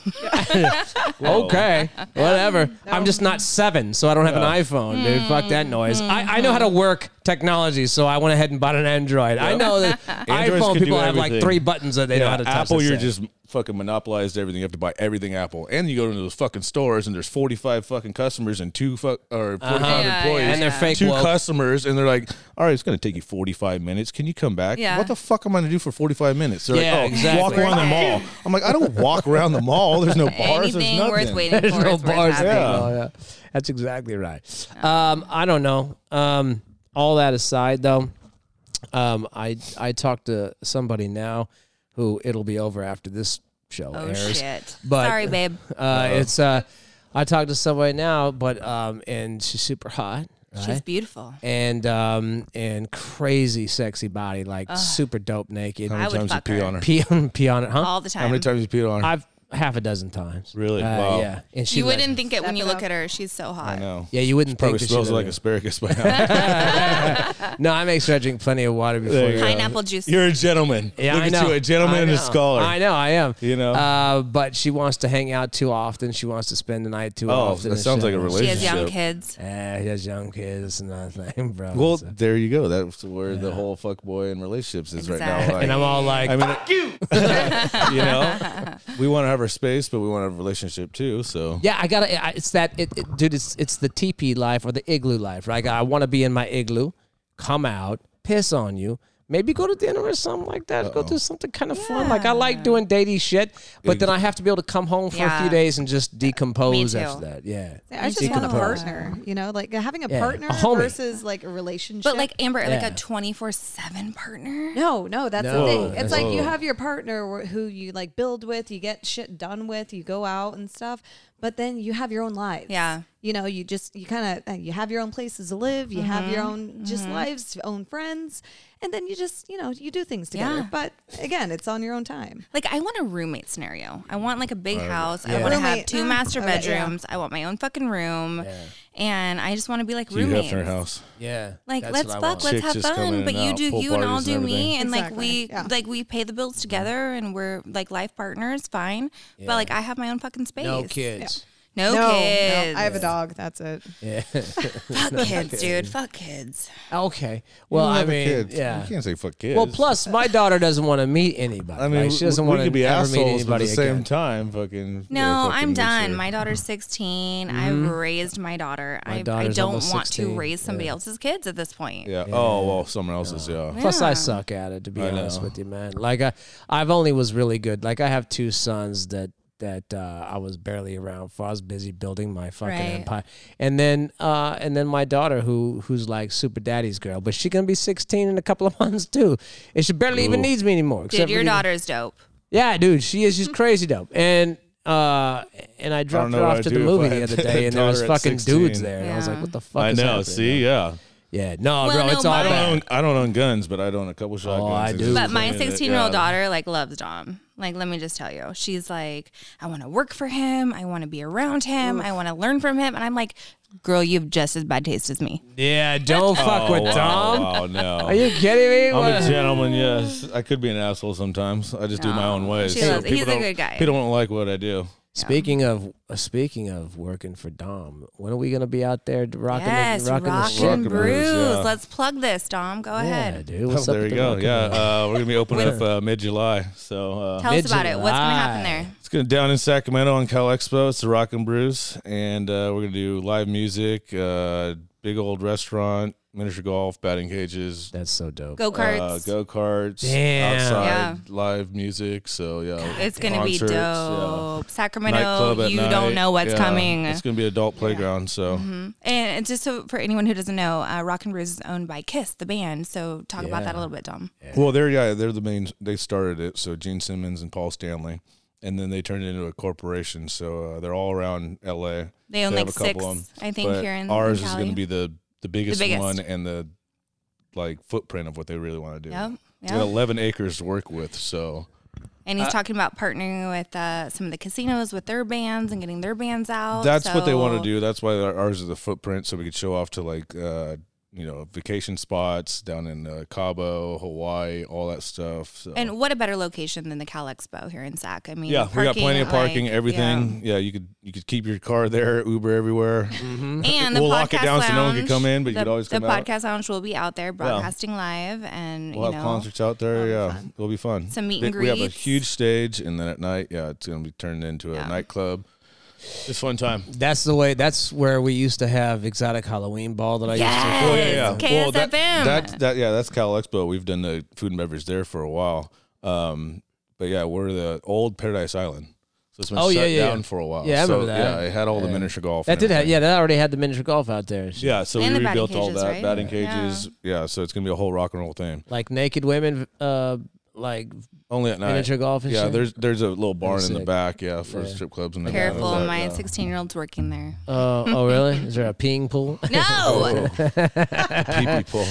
Speaker 1: okay, whatever. I'm just not seven, so I don't have an iPhone, dude. Fuck
Speaker 4: Hmm.
Speaker 1: that noise. I, I know how to work technology, so I went ahead and bought an Android. I know that
Speaker 5: Androids
Speaker 1: iPhone
Speaker 5: could do
Speaker 1: people have like
Speaker 5: everything.
Speaker 1: three buttons that they know
Speaker 5: Yeah,
Speaker 1: how to touch.
Speaker 5: Apple,
Speaker 1: That's
Speaker 5: you're
Speaker 1: it.
Speaker 5: just fucking monopolized everything. You have to buy everything Apple, and you go into those fucking stores, and there's 45 fucking customers and two fuck or
Speaker 1: Uh-huh.
Speaker 5: 45
Speaker 4: Yeah,
Speaker 5: employees,
Speaker 4: yeah,
Speaker 1: And they're
Speaker 4: yeah.
Speaker 1: fake
Speaker 5: two
Speaker 1: woke.
Speaker 5: customers, and they're like, "All right, it's gonna take you 45 minutes. Can you come back?
Speaker 4: Yeah.
Speaker 5: What the fuck am I gonna do for 45 minutes? They're
Speaker 1: Yeah,
Speaker 5: like, "Oh,
Speaker 1: exactly.
Speaker 5: walk around the mall. I'm like, I don't walk around the mall. There's no bars.
Speaker 4: Anything
Speaker 5: there's
Speaker 4: worth
Speaker 5: nothing.
Speaker 4: waiting for
Speaker 1: no
Speaker 4: is worth
Speaker 1: bars.
Speaker 4: having.
Speaker 5: Yeah.
Speaker 1: Oh, yeah. That's exactly right. Um, I don't know. Um, all that aside, though, um, I I talked to somebody now who it'll be over after this show
Speaker 4: Oh
Speaker 1: airs.
Speaker 4: shit.
Speaker 1: But-
Speaker 4: Sorry, babe.
Speaker 1: Uh, it's uh, I talked to somebody now, but um, and she's super hot. Right?
Speaker 4: She's beautiful.
Speaker 1: and um and crazy sexy body like super dope naked
Speaker 5: How many
Speaker 4: I would
Speaker 5: times you
Speaker 4: fuck
Speaker 5: pee
Speaker 4: her.
Speaker 5: on her?
Speaker 1: pee on pee on it huh
Speaker 4: All the time.
Speaker 5: How many times you pee on her?
Speaker 1: I've half a dozen times
Speaker 5: Really?
Speaker 1: Uh,
Speaker 5: Wow.
Speaker 1: yeah and she
Speaker 4: You
Speaker 1: let-
Speaker 4: wouldn't think it when you look at her. She's so
Speaker 5: I
Speaker 4: hot.
Speaker 5: know.
Speaker 1: yeah you wouldn't
Speaker 5: Probably
Speaker 1: think that she
Speaker 5: smells
Speaker 1: let
Speaker 5: like
Speaker 1: it-
Speaker 5: asparagus by now.
Speaker 1: No, I make sure I drink plenty of water before.
Speaker 5: you
Speaker 1: you
Speaker 5: go.
Speaker 4: Pineapple juice.
Speaker 5: You're a gentleman.
Speaker 1: Yeah,
Speaker 5: Look
Speaker 1: I
Speaker 5: at
Speaker 1: know.
Speaker 5: you, a gentleman
Speaker 1: I
Speaker 5: and a
Speaker 1: know.
Speaker 5: scholar.
Speaker 1: I know, I am.
Speaker 5: You know?
Speaker 1: uh, but she wants to hang out too often. She wants to spend the night too
Speaker 5: Oh,
Speaker 1: often.
Speaker 5: that
Speaker 1: and
Speaker 5: sounds
Speaker 1: shit.
Speaker 5: like a
Speaker 4: she
Speaker 5: relationship.
Speaker 4: has young kids.
Speaker 1: Yeah, he has young kids and that thing, bro.
Speaker 5: Well,
Speaker 1: So-
Speaker 5: there you go. That's where the whole fuck boy and relationships is right now.
Speaker 4: Exactly.
Speaker 5: Like,
Speaker 1: and I'm all like,
Speaker 5: I mean, you know, we want to have our space, but we want to have a relationship too. So
Speaker 1: Yeah, I gotta. I, it's that, it, it- dude. It's it's the teepee life or the igloo life, right? I want to be in my igloo, come out, piss on you, maybe go to dinner or something like that. Go do something kind of fun. Like I like doing datey shit, but then I have to be able to come home for a few
Speaker 4: Yeah.
Speaker 1: days and just decompose
Speaker 4: too.
Speaker 1: after that. Yeah,
Speaker 6: I just want a
Speaker 1: Decompose.
Speaker 6: partner, you know, like having a
Speaker 1: Yeah.
Speaker 6: partner
Speaker 1: A homie.
Speaker 6: versus like a relationship.
Speaker 4: But like Amber, like
Speaker 1: Yeah.
Speaker 4: a twenty four seven partner.
Speaker 6: no, no, that's
Speaker 1: No,
Speaker 6: the thing.
Speaker 1: that's-
Speaker 6: It's like you have your partner wh- who you like build with, you get shit done with, you go out and stuff, but then you have your own lives.
Speaker 4: Yeah.
Speaker 6: You know, you just you kind of you have your own places to live, you have your own just lives, own friends, and then you just, you know, you do things together.
Speaker 4: Yeah.
Speaker 6: But again, it's on your own time.
Speaker 4: Like I want a roommate scenario. I want like a big house. I want to have
Speaker 6: Roommate,
Speaker 4: two
Speaker 6: mm,
Speaker 4: master
Speaker 6: okay, yeah.
Speaker 4: bedrooms. I want my own fucking room, and I just want to be like
Speaker 5: you have
Speaker 4: roommates.
Speaker 5: in our house.
Speaker 1: yeah.
Speaker 4: Like
Speaker 1: that's
Speaker 4: let's
Speaker 1: what I want.
Speaker 4: fuck, let's
Speaker 5: Chicks
Speaker 4: have
Speaker 5: just come in
Speaker 4: fun.
Speaker 5: and
Speaker 4: But you
Speaker 5: out,
Speaker 4: do
Speaker 5: pool
Speaker 4: you and I'll
Speaker 5: parties
Speaker 4: do
Speaker 5: and
Speaker 4: me,
Speaker 5: everything.
Speaker 4: and
Speaker 6: Exactly,
Speaker 4: like we
Speaker 6: yeah.
Speaker 4: like we pay the bills together, and we're like life partners, fine. But like I have my own fucking space.
Speaker 1: No kids.
Speaker 4: No, kids.
Speaker 6: I have a dog. That's it.
Speaker 4: Fuck kids, dude. Fuck kids.
Speaker 1: Okay. Well,
Speaker 5: You
Speaker 1: I
Speaker 5: have a
Speaker 1: mean,
Speaker 5: kid.
Speaker 1: yeah.
Speaker 5: You can't say fuck kids.
Speaker 1: Well, plus my daughter doesn't want to meet anybody.
Speaker 5: I mean,
Speaker 1: right? she doesn't
Speaker 5: we,
Speaker 1: want
Speaker 5: we
Speaker 1: to
Speaker 5: could be
Speaker 1: ever meet
Speaker 5: assholes, but at
Speaker 1: anybody
Speaker 5: the same
Speaker 1: again.
Speaker 5: time, fucking. you know,
Speaker 4: No,
Speaker 5: fucking Mm-hmm.
Speaker 4: I'm
Speaker 5: make
Speaker 4: done.
Speaker 5: sure.
Speaker 4: My daughter's 16. I've raised my daughter. I, I
Speaker 1: daughter's
Speaker 4: don't
Speaker 1: almost
Speaker 4: want
Speaker 1: 16,
Speaker 4: to raise somebody else's kids at this point.
Speaker 5: Yeah. Oh well, someone else's. Yeah.
Speaker 1: Plus, I suck at it to be
Speaker 5: I
Speaker 1: honest
Speaker 5: know.
Speaker 1: with you, man. Like I, I've only was really good. Like I have two sons that that uh, I was barely around for. I was busy building my fucking
Speaker 4: Right.
Speaker 1: empire, and then uh, and then my daughter who who's like super daddy's girl, but she gonna be sixteen in a couple of months too, and she barely even needs me anymore.
Speaker 4: Dude,
Speaker 1: except for
Speaker 4: your
Speaker 1: the-
Speaker 4: daughter's dope.
Speaker 1: Yeah, dude, she is. She's crazy dope, and. Uh, and I dropped
Speaker 5: know
Speaker 1: her
Speaker 5: what
Speaker 1: off
Speaker 5: I'd
Speaker 1: to the
Speaker 5: do if I
Speaker 1: movie the
Speaker 5: had
Speaker 1: other
Speaker 5: a
Speaker 1: day, and there was
Speaker 5: daughter at
Speaker 1: fucking
Speaker 5: 16.
Speaker 1: dudes there, and I was
Speaker 4: Yeah.
Speaker 1: like, "What the fuck?"
Speaker 5: I
Speaker 1: is
Speaker 5: know.
Speaker 1: happening?
Speaker 5: See, yeah.
Speaker 1: yeah, no,
Speaker 4: Well,
Speaker 1: bro,
Speaker 4: no,
Speaker 1: it's all
Speaker 4: my-
Speaker 5: I don't
Speaker 1: bad.
Speaker 5: own. I don't own guns, but I don't own a couple shotguns.
Speaker 1: Oh, I
Speaker 5: It's
Speaker 1: do.
Speaker 5: just
Speaker 1: Who's
Speaker 4: But my
Speaker 5: funny that-
Speaker 4: 16 year old
Speaker 5: yeah.
Speaker 4: daughter like loves Dom. Like, let me just tell you, she's like, I want to work for him. I want to be around him. I want to learn from him. And I'm like, girl, you have just as bad taste as me.
Speaker 1: Yeah, don't fuck with
Speaker 5: wow,
Speaker 1: Dom.
Speaker 5: Oh, wow, no.
Speaker 1: Are you kidding me? What-
Speaker 5: I'm a gentleman, yes. I could be an asshole sometimes. I just do my
Speaker 4: No.
Speaker 5: own ways.
Speaker 4: Oh, She loves- he's
Speaker 5: people
Speaker 4: a
Speaker 5: don't-
Speaker 4: good guy.
Speaker 5: People don't like what I do.
Speaker 1: Speaking of uh, speaking of working for Dom, when are we gonna be out there d- rocking
Speaker 4: yes,
Speaker 1: the
Speaker 4: Rock
Speaker 1: rocking the
Speaker 4: and,
Speaker 1: shit?
Speaker 5: Rockin' Brews,
Speaker 4: Brews.
Speaker 5: yeah.
Speaker 4: Let's plug this, Dom. Go
Speaker 1: Yeah,
Speaker 4: ahead.
Speaker 1: dude. What's
Speaker 5: Oh,
Speaker 1: up
Speaker 5: there
Speaker 1: with
Speaker 5: you
Speaker 1: the
Speaker 5: go.
Speaker 1: Rockin'
Speaker 5: Yeah,
Speaker 1: Brews?
Speaker 5: uh, we're gonna be opening up uh, mid July. So uh,
Speaker 4: Tell us about it. What's going to happen
Speaker 1: Mid-July.
Speaker 4: there?
Speaker 5: It's gonna down in Sacramento on Cal Expo. It's the Rock and Brews, and uh, we're gonna do live music, uh, big old restaurant, miniature golf, batting cages,
Speaker 1: That's so dope.
Speaker 4: Go karts.
Speaker 5: uh, go karts,
Speaker 1: Damn.
Speaker 5: outside
Speaker 4: Yeah.
Speaker 5: live music. So yeah,
Speaker 4: It's gonna be dope.
Speaker 5: concerts, yeah. Nightclub
Speaker 4: Sacramento,
Speaker 5: at
Speaker 4: you
Speaker 5: night,
Speaker 4: don't know what's
Speaker 5: yeah.
Speaker 4: coming. Mm-hmm.
Speaker 5: It's gonna be adult playground. So
Speaker 4: and it's just so for anyone who doesn't know, uh, Rock and Brews is owned by Kiss, the band. So talk about that a little bit, Dom.
Speaker 5: well, they're yeah, they're the main. They started it. So Gene Simmons and Paul Stanley. And then they turned it into a corporation, so uh, they're all around L.A.
Speaker 4: They own
Speaker 5: have
Speaker 4: like
Speaker 5: a
Speaker 4: six,
Speaker 5: couple of 'em.
Speaker 4: I think,
Speaker 5: But
Speaker 4: here in
Speaker 5: ours
Speaker 4: in
Speaker 5: is
Speaker 4: Cali.
Speaker 5: going to be the the biggest,
Speaker 4: biggest.
Speaker 5: one and the like footprint of what they really want to do.
Speaker 4: Yep,
Speaker 5: We got
Speaker 4: yep.
Speaker 5: Eleven acres to work with, so
Speaker 4: And he's talking about partnering with uh, some of the casinos with their bands and getting their bands out.
Speaker 5: that's what they want
Speaker 4: Oh, So-
Speaker 5: to do. That's why our- ours is the footprint, so we could show off to like uh, you know vacation spots down in uh, Cabo, Hawaii, all that stuff. So.
Speaker 4: And what a better location than the Cal Expo here in Sac? I mean,
Speaker 5: yeah, we got plenty of
Speaker 4: like,
Speaker 5: parking, everything. Yeah. you could you could keep your car there, Uber everywhere.
Speaker 4: yeah. And the podcast
Speaker 5: We'll lock it down
Speaker 4: lounge,
Speaker 5: so no one can come in, but you
Speaker 4: the,
Speaker 5: could always
Speaker 4: the
Speaker 5: come out.
Speaker 4: podcast lounge will be out there broadcasting live, and
Speaker 5: We'll
Speaker 4: you
Speaker 5: have
Speaker 4: know,
Speaker 5: concerts out there. Yeah, it'll be fun.
Speaker 4: Some meet
Speaker 5: They-
Speaker 4: and
Speaker 5: We have a
Speaker 4: greets.
Speaker 5: huge stage, and then at night, yeah, it's gonna be turned into a nightclub. Just fun time.
Speaker 1: That's the way. That's where we used to have exotic Halloween ball that I
Speaker 4: Yes.
Speaker 5: Oh,
Speaker 1: used to.
Speaker 5: Well, that,
Speaker 4: KSFM.
Speaker 5: that, that, yeah, that's Cal Expo. We've done the food and beverage there for a while. Um, but yeah, we're the old Paradise Island. So it's been
Speaker 1: Oh,
Speaker 5: shut
Speaker 1: yeah, yeah,
Speaker 5: down
Speaker 1: yeah.
Speaker 5: for a while.
Speaker 1: Yeah, I
Speaker 5: so,
Speaker 1: remember that.
Speaker 5: Yeah, it had all the miniature golf.
Speaker 1: That
Speaker 5: and
Speaker 1: did have.
Speaker 5: everything.
Speaker 1: Yeah, that already had the miniature golf out there.
Speaker 5: Yeah, so
Speaker 4: And
Speaker 5: we
Speaker 4: the batting
Speaker 5: rebuilt all
Speaker 4: cages,
Speaker 5: that
Speaker 4: right?
Speaker 5: batting
Speaker 4: Yeah.
Speaker 5: cages. Yeah. so it's gonna be a whole rock and roll thing.
Speaker 1: Like naked women, uh, like
Speaker 5: Only at night.
Speaker 1: miniature golf. And
Speaker 5: yeah,
Speaker 1: shit?
Speaker 5: there's there's a little barn in the
Speaker 1: sick.
Speaker 5: back. Yeah, for strip clubs and everything
Speaker 4: Careful,
Speaker 5: like that,
Speaker 4: my
Speaker 5: yeah.
Speaker 4: 16 year old's working there.
Speaker 1: Uh, oh, really? Is there a peeing pool?
Speaker 4: No,
Speaker 5: pee pool.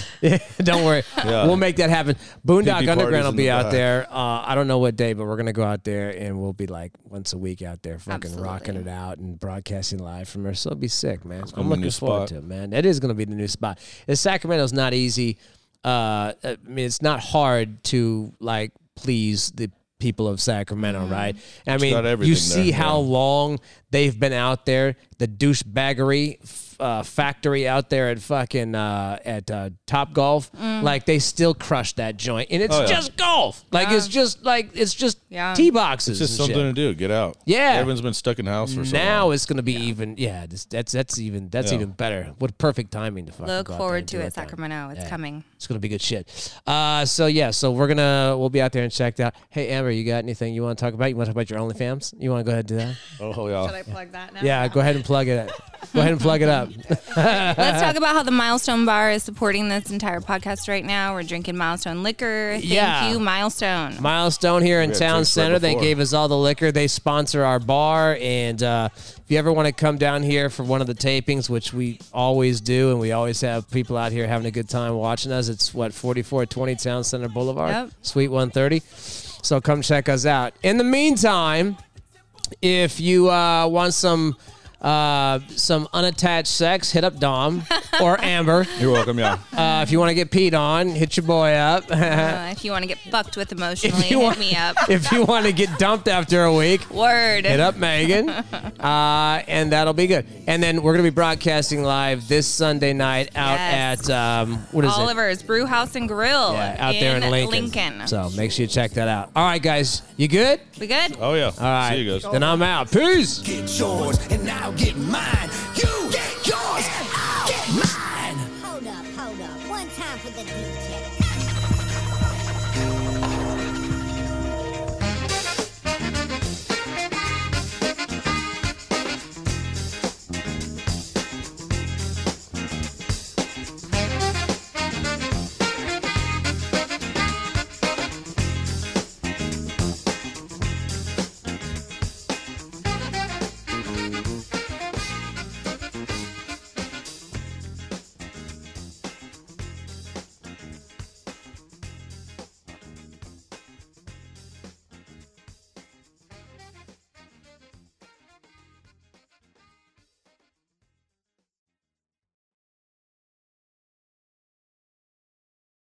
Speaker 1: Don't worry.
Speaker 5: Yeah.
Speaker 1: We'll make that happen. Boondock
Speaker 5: Pee-pee
Speaker 1: Underground
Speaker 5: parties
Speaker 1: will
Speaker 5: in
Speaker 1: be
Speaker 5: the
Speaker 1: out
Speaker 5: back.
Speaker 1: there. Uh, I don't know what day, but we're going to go out there and we'll be like once a week out there fucking
Speaker 4: Absolutely.
Speaker 1: rocking it out and broadcasting live from there. So it'll be sick, man. I'm
Speaker 5: gonna be the
Speaker 1: looking
Speaker 5: new
Speaker 1: forward
Speaker 5: spot.
Speaker 1: to it, man. That is going to be the new spot. And Sacramento's not easy. Uh, I mean, it's not hard to like please the people of Sacramento, right? I mean,
Speaker 5: Mm-hmm. got
Speaker 1: you
Speaker 5: everything
Speaker 1: see
Speaker 5: there,
Speaker 1: how
Speaker 5: yeah.
Speaker 1: long they've been out there. the douchebaggery f- uh, factory out there at fucking uh, at uh, Top Golf.
Speaker 4: Mm.
Speaker 1: Like they still crush that joint, and it's
Speaker 5: Oh, yeah.
Speaker 1: just golf. Like it's just like it's just
Speaker 4: Yeah.
Speaker 1: tee boxes.
Speaker 5: It's just
Speaker 1: and shit.
Speaker 5: something to do. Get out.
Speaker 1: Yeah.
Speaker 5: Everyone's been stuck in house for so
Speaker 1: Now
Speaker 5: long.
Speaker 1: it's gonna be even yeah. This, that's that's even that's
Speaker 5: Yeah.
Speaker 1: even better. What perfect timing to fucking
Speaker 4: Look
Speaker 1: go out there
Speaker 4: forward
Speaker 1: and do
Speaker 4: to
Speaker 1: that.
Speaker 4: it, Sacramento. It's
Speaker 1: Yeah.
Speaker 4: coming.
Speaker 1: It's gonna be good shit. Uh, so yeah, so we're gonna we'll be out there and check out. Hey Amber, you got anything you want to talk about? You want to talk about your OnlyFans? You want to go ahead and do that?
Speaker 5: Oh yeah.
Speaker 6: I plug that now?
Speaker 1: Yeah, go ahead and plug it. Go ahead and plug it up.
Speaker 4: Let's
Speaker 1: Uh-huh.
Speaker 4: talk about how the Milestone Bar is supporting this entire podcast right now. We're drinking Milestone liquor. Thank
Speaker 1: Yeah.
Speaker 4: you, Milestone.
Speaker 1: Milestone here in
Speaker 5: had
Speaker 1: town
Speaker 5: drinks right
Speaker 1: center. They
Speaker 5: before.
Speaker 1: gave us all the liquor. They sponsor our bar, and uh, if you ever want to come down here for one of the tapings, which we always do, and we always have people out here having a good time watching us. It's what forty four twenty Town Center Boulevard,
Speaker 4: Yep.
Speaker 1: Suite one thirty. So come check us out. In the meantime, if you uh, want some. Uh, some unattached sex, hit up Dom or Amber.
Speaker 5: You're welcome. Yeah.
Speaker 1: Uh, if you want to get peed on, hit your boy up.
Speaker 4: Uh, if you want to get fucked with emotionally,
Speaker 1: If you
Speaker 4: hit
Speaker 1: want-
Speaker 4: me up.
Speaker 1: if you want to get dumped after a week,
Speaker 4: Word.
Speaker 1: hit up Megan, uh, and that'll be good. And then we're gonna be broadcasting live this Sunday night out
Speaker 4: Yes.
Speaker 1: at um, what is it?
Speaker 4: Oliver's Brew House and Grill.
Speaker 1: Yeah, out there in Lincoln.
Speaker 4: Lincoln.
Speaker 1: So make sure you check that out. All right, guys, you good?
Speaker 4: we good?
Speaker 5: Oh yeah.
Speaker 1: All right,
Speaker 5: See you guys.
Speaker 1: then I'm out. Peace.
Speaker 3: Get yours and I'll get mine.